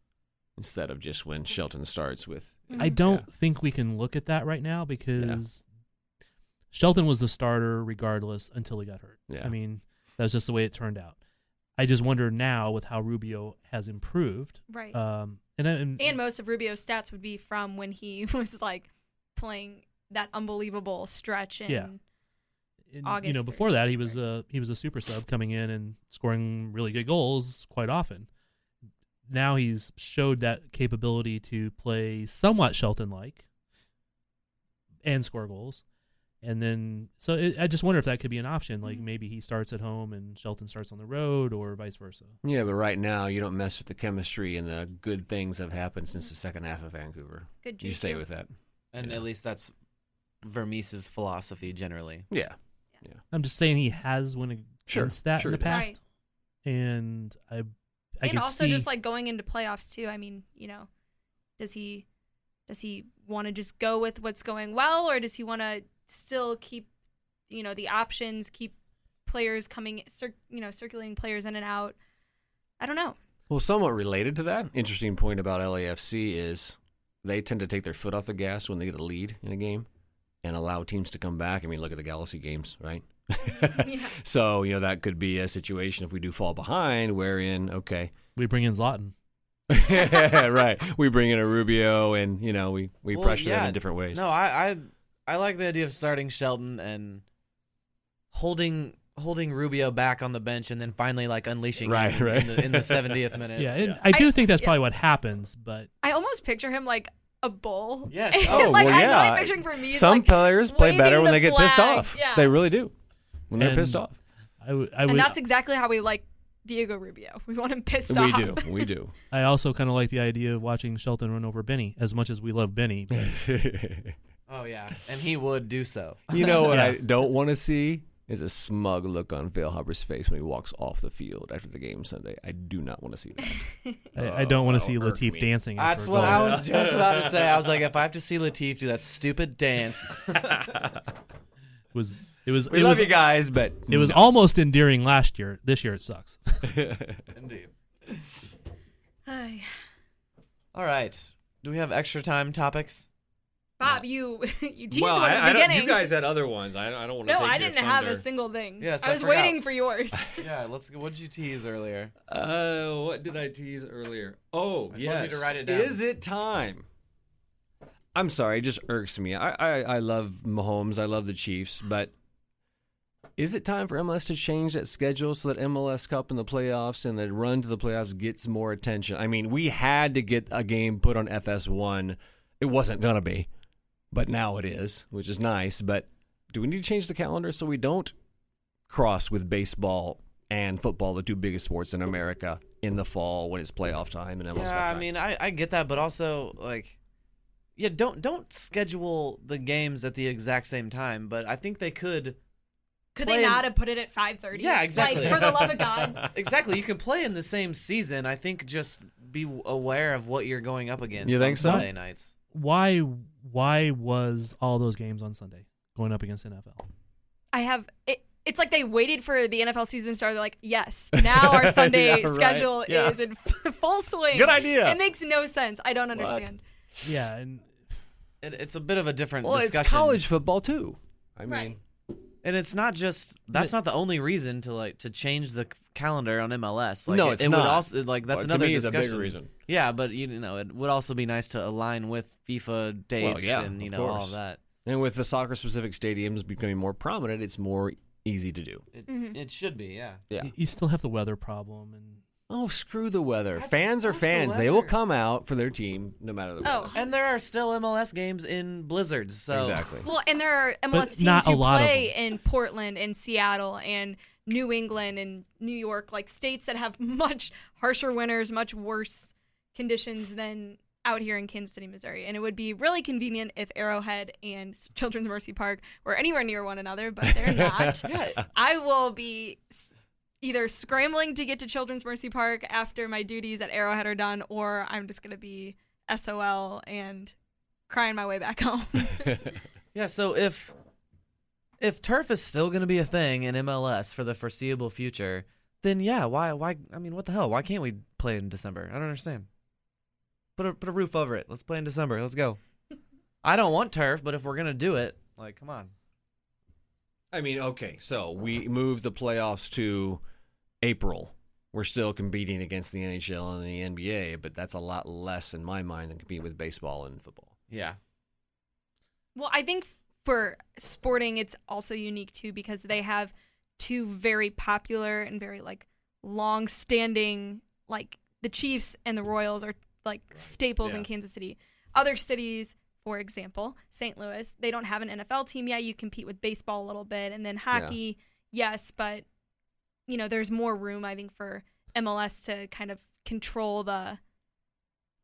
Speaker 6: instead of just when Shelton starts with.
Speaker 5: Mhm.
Speaker 3: I don't
Speaker 6: Yeah.
Speaker 3: think we can look at that right now because Shelton was the starter regardless until he got hurt.
Speaker 6: Yeah.
Speaker 3: I mean, that was just the way it turned out. I just wonder now with how Rubio has improved.
Speaker 5: right.
Speaker 3: Um, and, and,
Speaker 5: and most of Rubio's stats would be from when he was like playing that unbelievable stretch and
Speaker 3: Yeah. and, you
Speaker 5: August
Speaker 3: know
Speaker 5: or
Speaker 3: before that he was
Speaker 5: September.
Speaker 3: a he was a super sub coming in and scoring really good goals quite often. Now he's showed that capability to play somewhat Shelton like and score goals. And then so it, I just wonder if that could be an option like
Speaker 5: Mhm.
Speaker 3: maybe he starts at home and Shelton starts on the road or vice versa.
Speaker 6: Yeah, but right now you don't mess with the chemistry and the good things that have happened since the second half of Vancouver.
Speaker 5: good
Speaker 6: You stay
Speaker 5: juju.
Speaker 6: with that.
Speaker 2: and
Speaker 6: Yeah.
Speaker 2: at least that's Vermees's philosophy generally.
Speaker 6: Yeah.
Speaker 3: I'm just saying he has went
Speaker 6: Sure,
Speaker 3: against that
Speaker 6: sure
Speaker 3: in the
Speaker 6: he does.
Speaker 3: past.
Speaker 5: Right.
Speaker 3: And I I
Speaker 5: and
Speaker 3: could
Speaker 5: also
Speaker 3: see
Speaker 5: just like going into playoffs too. I mean, you know, does he does he want to just go with what's going well, or does he want to still keep you know the options, keep players coming, cir- you know, circulating players in and out? I don't know.
Speaker 6: Well, somewhat related to that, interesting point about LAFC is they tend to take their foot off the gas when they get a lead in a game and allow teams to come back. I mean, look at the Galaxy games, right? So, you know, that could be a situation if we do fall behind wherein, okay.
Speaker 3: we bring in Zlatan.
Speaker 6: right. We bring in a Rubio and, you know, we, we
Speaker 2: Well,
Speaker 6: pressure them
Speaker 2: yeah,
Speaker 6: in different ways.
Speaker 2: No, I, I I like the idea of starting Shelton and holding holding Rubio back on the bench and then finally like unleashing
Speaker 6: Right,
Speaker 2: him in-
Speaker 6: right.
Speaker 2: in the in the seventieth minute.
Speaker 3: Yeah, and
Speaker 6: Yeah.
Speaker 3: I do
Speaker 5: I-
Speaker 3: think that's
Speaker 5: yeah.
Speaker 3: probably what happens, but
Speaker 5: I almost picture him like a bull.
Speaker 2: Yes.
Speaker 5: And,
Speaker 2: Oh,
Speaker 5: like
Speaker 6: well,
Speaker 5: I'm
Speaker 6: yeah.
Speaker 5: really picturing for me.
Speaker 6: Some
Speaker 5: like,
Speaker 6: players play
Speaker 5: waving
Speaker 6: better when
Speaker 5: the
Speaker 6: they get pissed
Speaker 5: flag.
Speaker 6: off.
Speaker 5: Yeah.
Speaker 6: They really do. When they're
Speaker 3: And
Speaker 6: pissed off.
Speaker 3: I would- I
Speaker 5: and
Speaker 3: would-
Speaker 5: that's exactly how we like Diego Rubio. We want him pissed
Speaker 6: We
Speaker 5: off.
Speaker 6: do. We do.
Speaker 3: I also kind of like the idea of watching Shelton run over Benny as much as we love Benny. but
Speaker 2: Oh yeah, and he would do so.
Speaker 6: You know what
Speaker 3: Yeah.
Speaker 6: I don't want to see is a smug look on Phil Huber's face when he walks off the field after the game Sunday. I do not want to see that.
Speaker 3: I, I don't want
Speaker 6: Oh,
Speaker 3: to see
Speaker 6: that'll irk
Speaker 3: Latif
Speaker 6: me.
Speaker 3: dancing.
Speaker 2: That's
Speaker 3: after a
Speaker 2: what
Speaker 3: goal.
Speaker 2: I was just about to say. I was like, if I have to see Latif do that stupid dance,
Speaker 3: was. It was.
Speaker 6: We
Speaker 3: it
Speaker 6: love
Speaker 3: was,
Speaker 6: you guys, but
Speaker 3: It was almost endearing last year. This year it sucks.
Speaker 2: indeed.
Speaker 5: Ay.
Speaker 2: All right. Do we have extra time topics?
Speaker 5: Bob, you you teased
Speaker 6: well,
Speaker 5: one at the
Speaker 6: I, I don't,
Speaker 5: beginning.
Speaker 6: you guys had other ones. I, I don't want to.
Speaker 5: No,
Speaker 6: take
Speaker 5: I
Speaker 6: your
Speaker 5: didn't have a
Speaker 6: thunder.
Speaker 5: single thing.
Speaker 2: Yes,
Speaker 5: I
Speaker 2: I
Speaker 5: was
Speaker 2: forgot.
Speaker 5: waiting for yours.
Speaker 2: Yeah. Let's. What did you tease earlier?
Speaker 6: Uh, what did I tease earlier? Oh,
Speaker 2: told you
Speaker 6: yes.
Speaker 2: to write it down.
Speaker 6: Is it time? I'm sorry, it just irks me. I, I, I love Mahomes, I love the Chiefs, but is it time for MLS to change that schedule so that MLS Cup and the playoffs and the run to the playoffs gets more attention? I mean, we had to get a game put on FS1. It wasn't gonna be, but now it is, which is nice. But do we need to change the calendar so we don't cross with baseball and football, the two biggest sports in America, in the fall when it's playoff time and
Speaker 2: yeah,
Speaker 6: MLS Cup
Speaker 2: I
Speaker 6: time.
Speaker 2: mean, I, I get that, but also like, yeah, don't don't schedule the games at the exact same time. But I think they could
Speaker 5: Could
Speaker 2: Play
Speaker 5: they
Speaker 2: in-
Speaker 5: not have put it at 5:30?
Speaker 2: Yeah, exactly.
Speaker 5: Like for the love of God.
Speaker 2: exactly. You can play in the same season. I think just be aware of what you're going up against.
Speaker 6: You
Speaker 2: on
Speaker 6: think so?
Speaker 2: Sunday nights.
Speaker 3: Why why was all those games on Sunday going up against NFL?
Speaker 5: I have it. It's like they waited for the NFL season to start. They're like, yes, now our Sunday
Speaker 6: Yeah, right.
Speaker 5: schedule
Speaker 6: Yeah.
Speaker 5: is in f- full swing.
Speaker 6: Good idea.
Speaker 5: It makes no sense. I don't
Speaker 6: What?
Speaker 5: understand.
Speaker 3: Yeah, and
Speaker 2: It, it's a bit of a different
Speaker 6: well,
Speaker 2: discussion.
Speaker 6: it's college football too. I mean,
Speaker 5: Right.
Speaker 2: and it's not just that's
Speaker 3: But-
Speaker 2: not the only reason to like to change the c- calendar on MLS. Like,
Speaker 6: No,
Speaker 2: it,
Speaker 6: it's
Speaker 2: it would
Speaker 6: not.
Speaker 2: also like that's
Speaker 6: Well, to
Speaker 2: another
Speaker 6: me, it's a
Speaker 2: discussion.
Speaker 6: bigger reason.
Speaker 2: Yeah, but you know, it would also be nice to align with FIFA dates
Speaker 6: yeah,
Speaker 2: and you
Speaker 6: of
Speaker 2: know all
Speaker 6: course.
Speaker 2: of that.
Speaker 6: and with the soccer specific stadiums becoming more prominent, it's more easy to do.
Speaker 2: It, it should be, yeah.
Speaker 6: Yeah.
Speaker 3: y- you still have the weather problem and
Speaker 6: Oh, screw the weather.
Speaker 2: That's-
Speaker 6: fans are
Speaker 2: fuck the
Speaker 6: fans. They will
Speaker 2: weather.
Speaker 6: come out for their team no matter the
Speaker 5: Oh.
Speaker 6: weather.
Speaker 2: And there are still MLS games in blizzards, so
Speaker 6: Exactly.
Speaker 5: Well, and there are MLS teams
Speaker 3: not a
Speaker 5: who
Speaker 3: lot of
Speaker 5: play
Speaker 3: them.
Speaker 5: in Portland and Seattle and New England and New York, like states that have much harsher winters, much worse conditions than out here in Kansas City, Missouri. And it would be really convenient if Arrowhead and Children's Mercy Park were anywhere near one another, but they're not. I will be s- either scrambling to get to Children's Mercy Park after my duties at Arrowhead are done, or I'm just going to be SOL and crying my way back home.
Speaker 2: Yeah, so if if turf is still going to be a thing in MLS for the foreseeable future, then yeah, why why I mean, what the hell? Why can't we play in December? I don't understand. Put a put a roof over it. Let's play in December. Let's go. I don't want turf, but if we're going to do it, like come on.
Speaker 6: I mean, okay, so we moved the playoffs to April. We're still competing against the NHL and the NBA, but that's a lot less in my mind than competing with baseball and football.
Speaker 2: Yeah.
Speaker 5: Well, I think for sporting, it's also unique too because they have two very popular and very like long-standing like the Chiefs and the Royals are like staples in
Speaker 6: Yeah.
Speaker 5: Kansas City. Other cities, for example, St. Louis, they don't have an NFL team yet. You compete with baseball a little bit, and then hockey, yes, but you know there's more room I think for MLS to kind of control the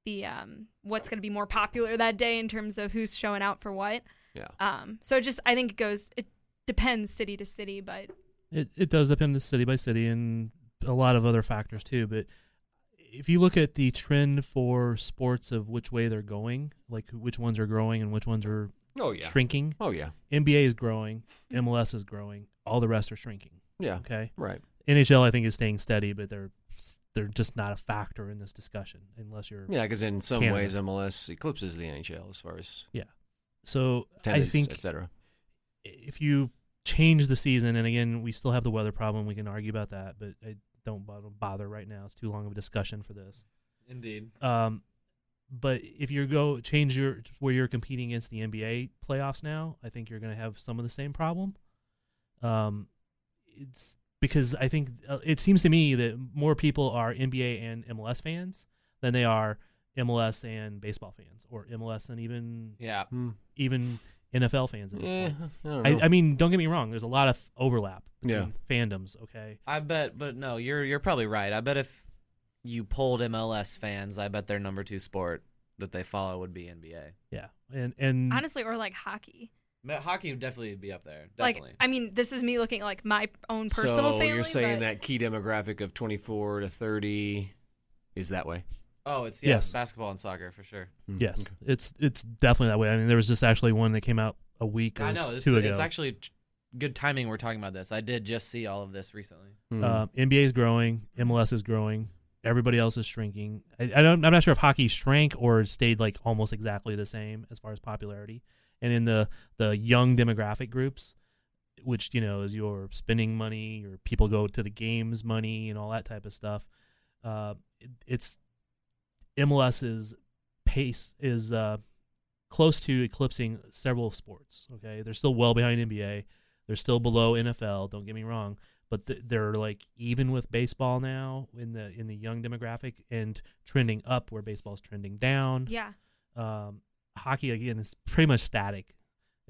Speaker 5: the um what's going to be more popular that day in terms of who's showing out for what.
Speaker 6: Yeah.
Speaker 5: Um so it just I think it goes it depends city to city but
Speaker 3: It it does depend on city by city and a lot of other factors too. But if you look at the trend for sports of which way they're going, like which ones are growing and which ones are
Speaker 6: Oh yeah.
Speaker 3: shrinking,
Speaker 6: Oh yeah.
Speaker 3: NBA is growing, MLS is growing, all the rest are shrinking.
Speaker 6: Yeah.
Speaker 3: Okay,
Speaker 6: Right.
Speaker 3: NHL I think is staying steady, but they're they're just not a factor in this discussion unless you're.
Speaker 6: Yeah, because in some
Speaker 3: Canada.
Speaker 6: ways MLS eclipses the NHL as far as
Speaker 3: So I
Speaker 6: attendance,
Speaker 3: think
Speaker 6: etc.
Speaker 3: if you change the season, and again, we still have the weather problem. We can argue about that, but I don't bo- bother right now. It's too long of a discussion for this.
Speaker 2: Indeed.
Speaker 3: Um, but if you go change your where you're competing against the NBA playoffs now, I think you're going to have some of the same problem. Um, it's because I think uh, it seems to me that more people are NBA and MLS fans than they are MLS and baseball fans, or MLS and even
Speaker 2: Yeah.
Speaker 3: even NFL fans at this
Speaker 6: Yeah,
Speaker 3: point.
Speaker 6: I don't know.
Speaker 3: Hmm. I, I mean, don't get me wrong. There's a lot of overlap
Speaker 6: Yeah.
Speaker 3: between fandoms. Okay,
Speaker 2: I bet, but no, you're you're probably right. I bet if you polled MLS fans, I bet their number two sport that they follow would be NBA.
Speaker 3: yeah, and
Speaker 6: Mm.
Speaker 3: and
Speaker 5: honestly or like hockey.
Speaker 2: Ma- Hockey would definitely be up there.
Speaker 5: Like I mean this is me looking at like my own personal
Speaker 6: so
Speaker 5: family.
Speaker 6: you're saying
Speaker 5: but-
Speaker 6: that key demographic of 24 to 30 is that way?
Speaker 2: oh, it's
Speaker 3: yeah, Yes.
Speaker 2: basketball and soccer for sure.
Speaker 6: Hmm,
Speaker 3: yes,
Speaker 6: okay.
Speaker 3: it's it's definitely that way. I mean, there was just actually one that came out a week or
Speaker 2: I know. It's,
Speaker 3: two ago.
Speaker 2: it's actually t- good timing we're talking about this. I did just see all of this recently.
Speaker 6: Hmm.
Speaker 3: Um, NBA is growing, MLS is growing, everybody else is shrinking. I, I don't, I'm not sure if hockey shrank or stayed like almost exactly the same as far as popularity. And in the the young demographic groups, which you know is your spending money, your people go to the games money, and all that type of stuff. Uh, it, it's MLS's pace is uh, close to eclipsing several sports. Okay, they're still well behind NBA. They're still below NFL. Don't get me wrong but th- they're like even with baseball now in the in the young demographic and trending up where baseball's trending down.
Speaker 5: Yeah.
Speaker 3: Um, hockey again is pretty much static,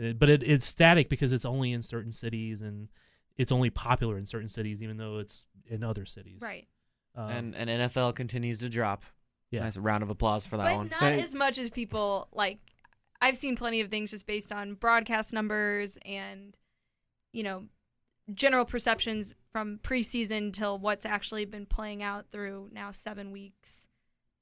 Speaker 3: Uh, but it, it's static because it's only in certain cities and it's only popular in certain cities, even though it's in other cities.
Speaker 5: Right.
Speaker 3: Um,
Speaker 2: and and NFL continues to drop.
Speaker 3: Yeah.
Speaker 2: Nice round of applause for that
Speaker 5: but
Speaker 2: one.
Speaker 5: not as much as people like. I've seen plenty of things just based on broadcast numbers and, you know, general perceptions from preseason till what's actually been playing out through now seven weeks,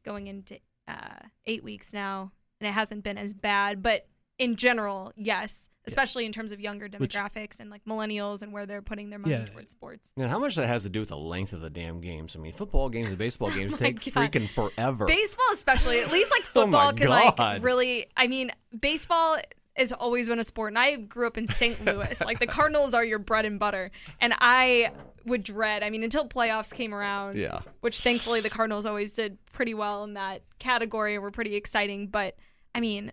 Speaker 5: going into uh, eight weeks now, and it hasn't been as bad. But in general, yes, especially in terms of younger
Speaker 3: Which-
Speaker 5: demographics and like millennials and where they're putting their money
Speaker 3: Yeah.
Speaker 5: towards sports.
Speaker 6: And how much that has to do with the length of the damn games? I mean, football games and baseball games
Speaker 5: Oh my
Speaker 6: take
Speaker 5: God.
Speaker 6: freaking forever.
Speaker 5: Baseball, especially, at least like
Speaker 6: Oh my
Speaker 5: football can like
Speaker 6: God.
Speaker 5: really. I mean, baseball has always been a sport, and I grew up in St. Louis. like the Cardinals are your bread and butter, and I would dread. I mean, until playoffs came around,
Speaker 6: yeah.
Speaker 5: which thankfully the Cardinals always did pretty well in that category and were pretty exciting. But I mean,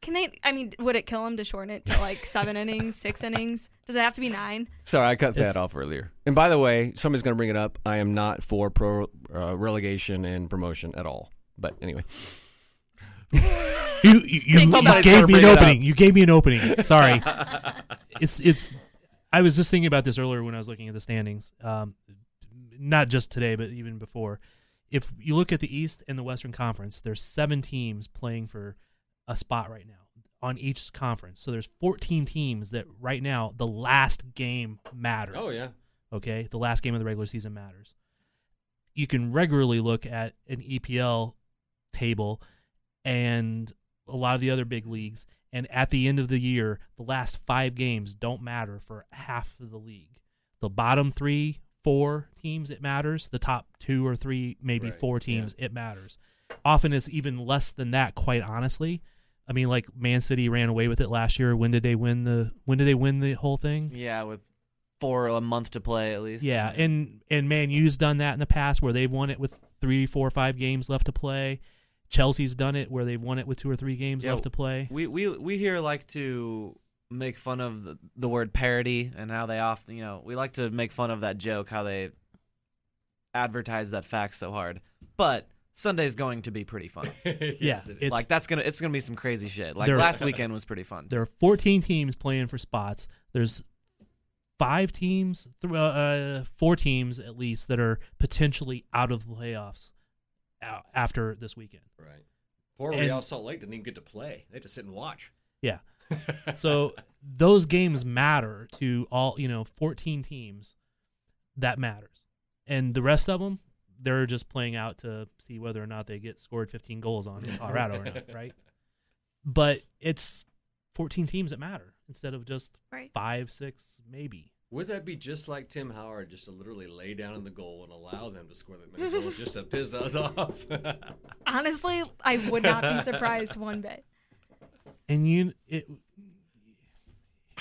Speaker 5: can they? I mean, would it kill them to shorten it to like seven innings, six innings? Does it have to be nine?
Speaker 6: Sorry, I cut
Speaker 3: It's-
Speaker 6: that off earlier. And by the way, somebody's going to bring it up. I am not for pro uh, relegation and promotion at all. But anyway,
Speaker 3: You you, you,
Speaker 5: Think
Speaker 3: you
Speaker 5: about it.
Speaker 3: gave me an
Speaker 6: Bring it up.
Speaker 3: opening. You gave me an opening. Sorry.
Speaker 5: Oh,
Speaker 3: it's it's. I was just thinking about this earlier when I was looking at the standings. Um, not just today, but even before. If you look at the East and the Western Conference, there's seven teams playing for a spot right now on each conference. So there's 14 teams that right now the last game matters
Speaker 6: Oh,
Speaker 3: okay the last game of the regular season matters you can regularly look at an epl table and a lot of the other big leagues and at the end of the year the last five games don't matter for half of the league the bottom three four teams it matters the top two or three maybe
Speaker 6: Right,
Speaker 3: four
Speaker 6: yeah.
Speaker 3: teams it matters often it's even less than that quite honestly i mean like man city ran away with it last year when did they win the when did they win the whole thing
Speaker 2: Yeah, with for a month to play at least.
Speaker 3: yeah, and and Man U's done that in the past where they've won it with three, four, five games left to play. Chelsea's done it where they've won it with two or three games
Speaker 2: Yeah,
Speaker 3: left to play.
Speaker 2: we we we here like to make fun of the, the word parody and how they often you know we like to make fun of that joke how they advertise that fact so hard. But Sunday's going to be pretty fun.
Speaker 3: yeah, it's
Speaker 2: like that's gonna it's gonna be some crazy shit. Like
Speaker 3: There-
Speaker 2: last weekend was pretty fun.
Speaker 3: there are 14 teams playing for spots. There's five teams, th- uh, uh, four teams at least that are potentially out of the playoffs a- after this weekend.
Speaker 6: Right. Poor
Speaker 3: And- Real
Speaker 6: Salt Lake didn't even get to play. They had to sit and watch.
Speaker 3: Yeah. so those games matter to all you know 14 teams that matters and the rest of them they're just playing out to see whether or not they get scored 15 goals on in colorado or not right but it's 14 teams that matter instead of just
Speaker 5: Right.
Speaker 3: five six maybe
Speaker 6: Would that be just like Tim Howard, just to literally lay down in the goal and allow them to score that many goals just to piss us off?
Speaker 5: Honestly, I would not be surprised one bit.
Speaker 3: and you it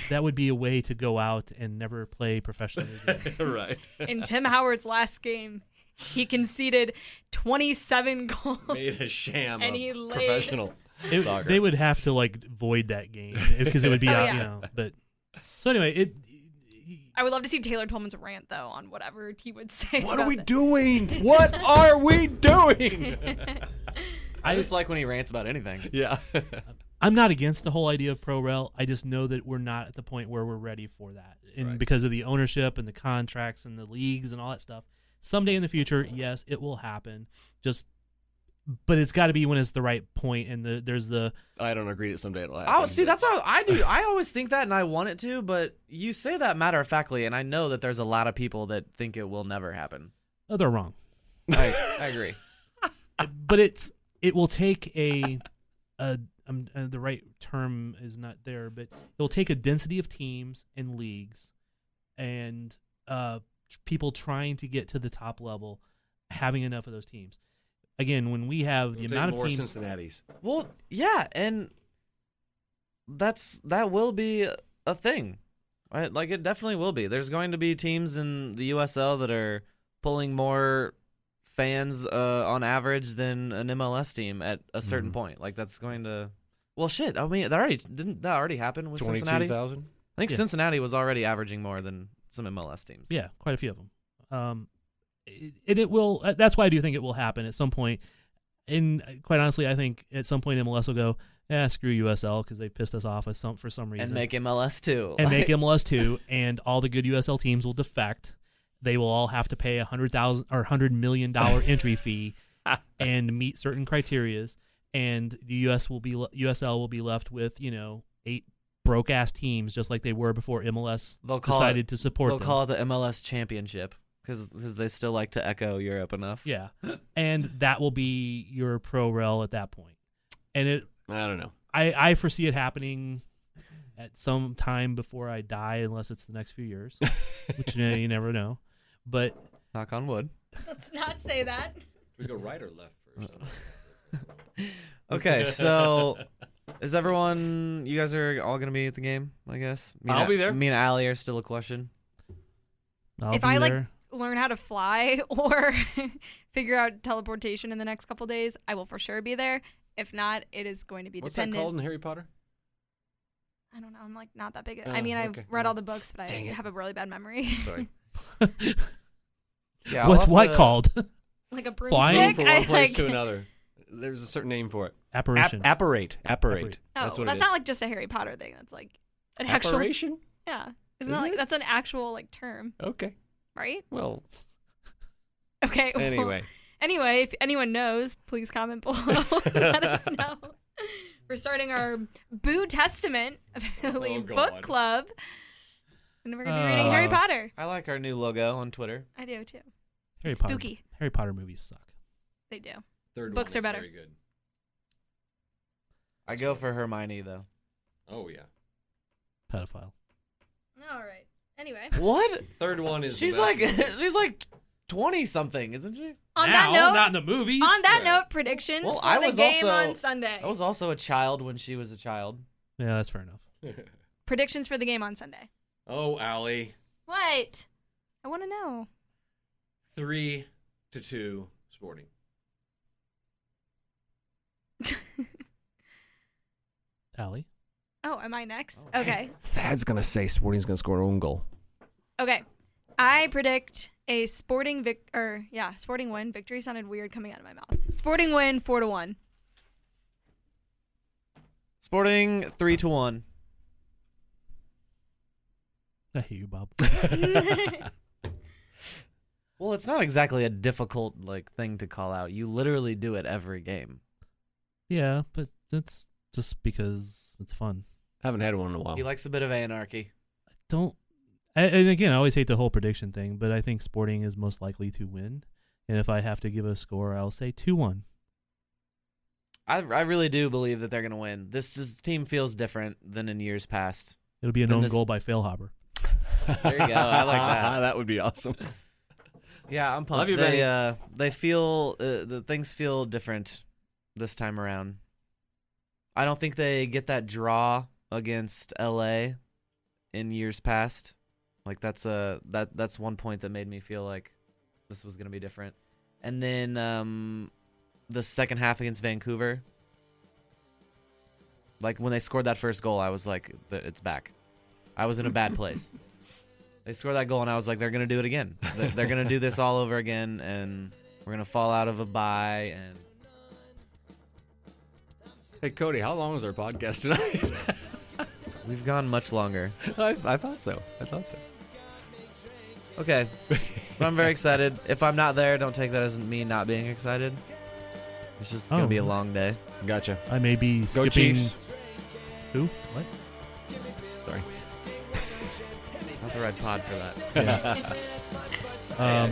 Speaker 3: that would be a way to go out and never play professionally again.
Speaker 6: right.
Speaker 5: in Tim Howard's last game, he conceded 27 goals.
Speaker 6: Made a sham
Speaker 5: And
Speaker 6: of
Speaker 5: he laid-
Speaker 6: professional
Speaker 3: It-
Speaker 6: soccer.
Speaker 3: they would have to like void that game because it would be
Speaker 5: Oh,
Speaker 3: out,
Speaker 5: yeah.
Speaker 3: you know. But so anyway, it
Speaker 5: I would love to see Taylor Twellman's rant though on whatever he would say.
Speaker 6: what
Speaker 5: about
Speaker 6: are we
Speaker 5: that.
Speaker 6: doing? What are we doing?
Speaker 2: I just like when he rants about anything.
Speaker 6: yeah.
Speaker 3: I'm not against the whole idea of pro rel. I just know that we're not at the point where we're ready for that, and
Speaker 6: Right.
Speaker 3: because of the ownership and the contracts and the leagues and all that stuff. Someday in the future, yes, it will happen. Just, but it's got to be when it's the right point, and the, there's the
Speaker 6: I don't agree that someday it'll happen.
Speaker 2: I was, see,
Speaker 6: but-
Speaker 2: that's what I, I do. I always think that, and I want it to, but you say that matter of factly, and I know that there's a lot of people that think it will never happen.
Speaker 3: oh, they're wrong.
Speaker 2: I, I agree.
Speaker 3: but it's it will take a a um, uh, the right term is not there, but it will take a density of teams and leagues and uh tr- people trying to get to the top level having enough of those teams. Again, when we have the
Speaker 6: It'll take
Speaker 3: amount of
Speaker 6: more
Speaker 3: teams
Speaker 6: Cincinnati's.
Speaker 2: Well, yeah, and that's that will be a thing. Right? Like it definitely will be. There's going to be teams in the USL that are pulling more fans uh, on average than an MLS team at a certain
Speaker 6: Mhm.
Speaker 2: point. Like that's going to. Well, shit. I mean, that already didn't that already happen with Cincinnati? I
Speaker 6: 22,000?
Speaker 2: think
Speaker 3: Yeah.
Speaker 2: Cincinnati was already averaging more than some MLS teams.
Speaker 3: Yeah, quite a few of them. Um, it, it- it will. uh, That's why I do think it will happen at some point. And uh, quite honestly, I think at some point MLS will go, "Yeah, screw USL" because they pissed us off with some for some reason.
Speaker 2: and make MLS too.
Speaker 3: and
Speaker 2: Like-
Speaker 3: make MLS two, and all the good USL teams will defect, they will all have to pay a hundred thousand or hundred million dollar entry fee and meet certain criterias, and the US will be le- USL will be left with you know eight broke ass teams just like they were before MLS
Speaker 2: They'll call
Speaker 3: decided
Speaker 2: it,
Speaker 3: to support
Speaker 2: They'll
Speaker 3: them.
Speaker 2: call it the MLS Championship because they still like to echo Europe enough.
Speaker 3: yeah, and that will be your pro rel at that point, and it
Speaker 6: I don't know.
Speaker 3: I I foresee it happening at some time before I die, unless it's the next few years, which you, know, you never know. But
Speaker 2: Knock on wood.
Speaker 5: Let's not say that.
Speaker 6: We go right or left first.
Speaker 2: Okay, so is everyone? You guys are all gonna be at the game, I guess. Me and
Speaker 6: I'll
Speaker 2: A-
Speaker 6: be there.
Speaker 2: Me and Allie are still a question.
Speaker 3: I'll
Speaker 5: If
Speaker 3: be
Speaker 5: I, like,
Speaker 3: there.
Speaker 5: Learn how to fly or figure out teleportation in the next couple days. I will for sure be there. If not, it is going to be
Speaker 6: What's that
Speaker 5: dependent.
Speaker 6: called in Harry Potter?
Speaker 5: I don't know. I'm like not that big.
Speaker 6: Oh,
Speaker 5: I mean,
Speaker 6: okay.
Speaker 5: I've read
Speaker 6: Oh.
Speaker 5: all the books, but
Speaker 6: Dang
Speaker 5: I
Speaker 6: it.
Speaker 5: have a really bad memory.
Speaker 6: Sorry.
Speaker 2: Yeah.
Speaker 3: what's
Speaker 2: I'll
Speaker 3: what
Speaker 2: have to-
Speaker 3: called
Speaker 5: like a
Speaker 3: Flying
Speaker 5: broomstick.
Speaker 6: from
Speaker 5: I,
Speaker 6: one place
Speaker 5: like,
Speaker 6: to another. There's a certain name for it. Ap-
Speaker 3: apparition?
Speaker 6: apparate. Apparate.
Speaker 3: Apparate.
Speaker 5: Oh,
Speaker 6: that's what
Speaker 5: that's
Speaker 6: it is.
Speaker 5: not like just a Harry Potter thing. That's like an actual.
Speaker 6: Apparation?
Speaker 5: Yeah. Isn't,
Speaker 6: Isn't
Speaker 5: that like
Speaker 6: it?
Speaker 5: that's an actual like term,
Speaker 6: Okay.
Speaker 5: right?
Speaker 6: Well,
Speaker 5: Okay. well,
Speaker 6: anyway.
Speaker 5: anyway, if anyone knows, please comment below. Let us know. We're starting our Boo Testament apparently
Speaker 6: Oh,
Speaker 5: book
Speaker 6: God.
Speaker 5: club, and we're gonna be reading
Speaker 2: Ah.
Speaker 3: Uh,
Speaker 5: Harry Potter.
Speaker 2: I like our new logo on Twitter.
Speaker 5: I do too.
Speaker 3: Harry
Speaker 5: it's
Speaker 3: Potter.
Speaker 5: spooky.
Speaker 3: Harry Potter movies suck.
Speaker 5: They do.
Speaker 6: Third
Speaker 5: Books
Speaker 6: one
Speaker 5: are
Speaker 6: is
Speaker 5: better.
Speaker 6: Very good.
Speaker 2: I go for Hermione though.
Speaker 6: Oh yeah.
Speaker 3: Pedophile.
Speaker 5: All right. Anyway,
Speaker 2: What?
Speaker 6: Third one is. the
Speaker 2: she's
Speaker 6: best
Speaker 2: like
Speaker 6: one.
Speaker 2: she's like twenty something, isn't she?
Speaker 5: on
Speaker 3: now,
Speaker 5: that note,
Speaker 3: not in the movies.
Speaker 5: on that
Speaker 6: Right.
Speaker 5: note, predictions
Speaker 2: Well,
Speaker 5: for
Speaker 2: I
Speaker 5: the
Speaker 2: was
Speaker 5: game
Speaker 2: also-
Speaker 5: on Sunday.
Speaker 2: I was also a child when she was a child.
Speaker 3: yeah, that's fair enough.
Speaker 5: Predictions for the game on Sunday.
Speaker 6: oh, Allie,
Speaker 5: What? I want to know.
Speaker 6: three to two, Sporting.
Speaker 3: Allie.
Speaker 5: Oh, am I next? Okay.
Speaker 6: Thad's gonna say Sporting's gonna score an own goal.
Speaker 5: Okay. I predict a sporting vic or yeah, sporting win. Victory sounded weird coming out of my mouth. Sporting win four to one.
Speaker 2: Sporting three to one.
Speaker 3: I hate you, Bob.
Speaker 2: Well, it's not exactly a difficult like thing to call out. You literally do it every game.
Speaker 3: yeah, but that's just because it's fun.
Speaker 6: Haven't had one in a while.
Speaker 2: He likes a bit of anarchy.
Speaker 3: don't a- and again i always hate the whole prediction thing but i think sporting is most likely to win and if i have to give a score i'll say 2-1
Speaker 2: I I really do believe that they're gonna win. This is, team feels different than in years past.
Speaker 3: it'll be an
Speaker 2: Then
Speaker 3: own
Speaker 2: this-
Speaker 3: goal by failhaber
Speaker 2: There you go. I like that.
Speaker 6: that would be awesome.
Speaker 2: Yeah, I'm pumped.
Speaker 6: Love you,
Speaker 2: they
Speaker 6: Benny.
Speaker 2: uh, they feel uh, the things feel different this time around. I don't think they get that draw against LA in years past. Like that's a that that's one point that made me feel like this was gonna be different. And then um, the second half against Vancouver, like when they scored that first goal, I was like, "Th- it's back. I was in a bad place. They scored that goal, and I was like, they're gonna do it again. They're, they're gonna do this all over again, and we're gonna fall out of a bye. And
Speaker 6: Hey Cody, how long was our podcast tonight?
Speaker 2: we've gone much longer.
Speaker 6: I, I thought so. I thought so.
Speaker 2: Okay, but I'm very excited. If I'm not there, don't take that as me not being excited. It's just gonna
Speaker 3: Oh.
Speaker 2: be a long day.
Speaker 6: Gotcha.
Speaker 3: i may be
Speaker 6: Go
Speaker 3: skipping
Speaker 6: Chiefs.
Speaker 3: who what
Speaker 6: Sorry.
Speaker 2: Not the right pod for that.
Speaker 3: um,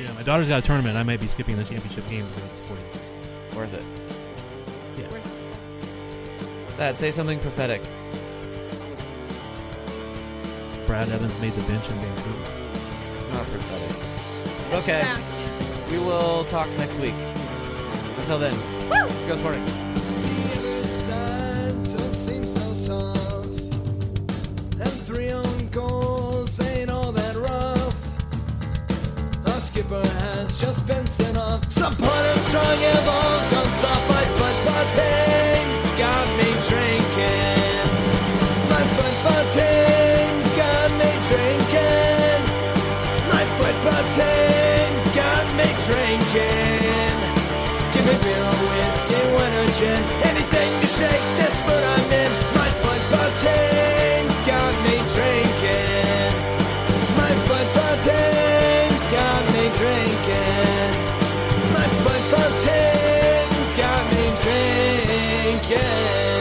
Speaker 3: yeah my daughter's got a tournament i might be skipping the championship game because it's sporting
Speaker 2: Worth it.
Speaker 3: Yeah.
Speaker 2: That say something prophetic.
Speaker 3: brad evans made the bench in vancouver
Speaker 2: Not prophetic. Okay, we will talk next week. Until then, go sporting.
Speaker 1: Don't seem so tough, and three own goals ain't all that rough. Our skipper has just been sent off. Some part of strong have all gone soft. My foot fontaine's got me drinking. My foot fontaine's got me drinking. My foot fontaine's got me drinking. Give me beer or whiskey, wine or gin Anything to shake this foot I'm in My foot fontaine's got me drinking My foot again.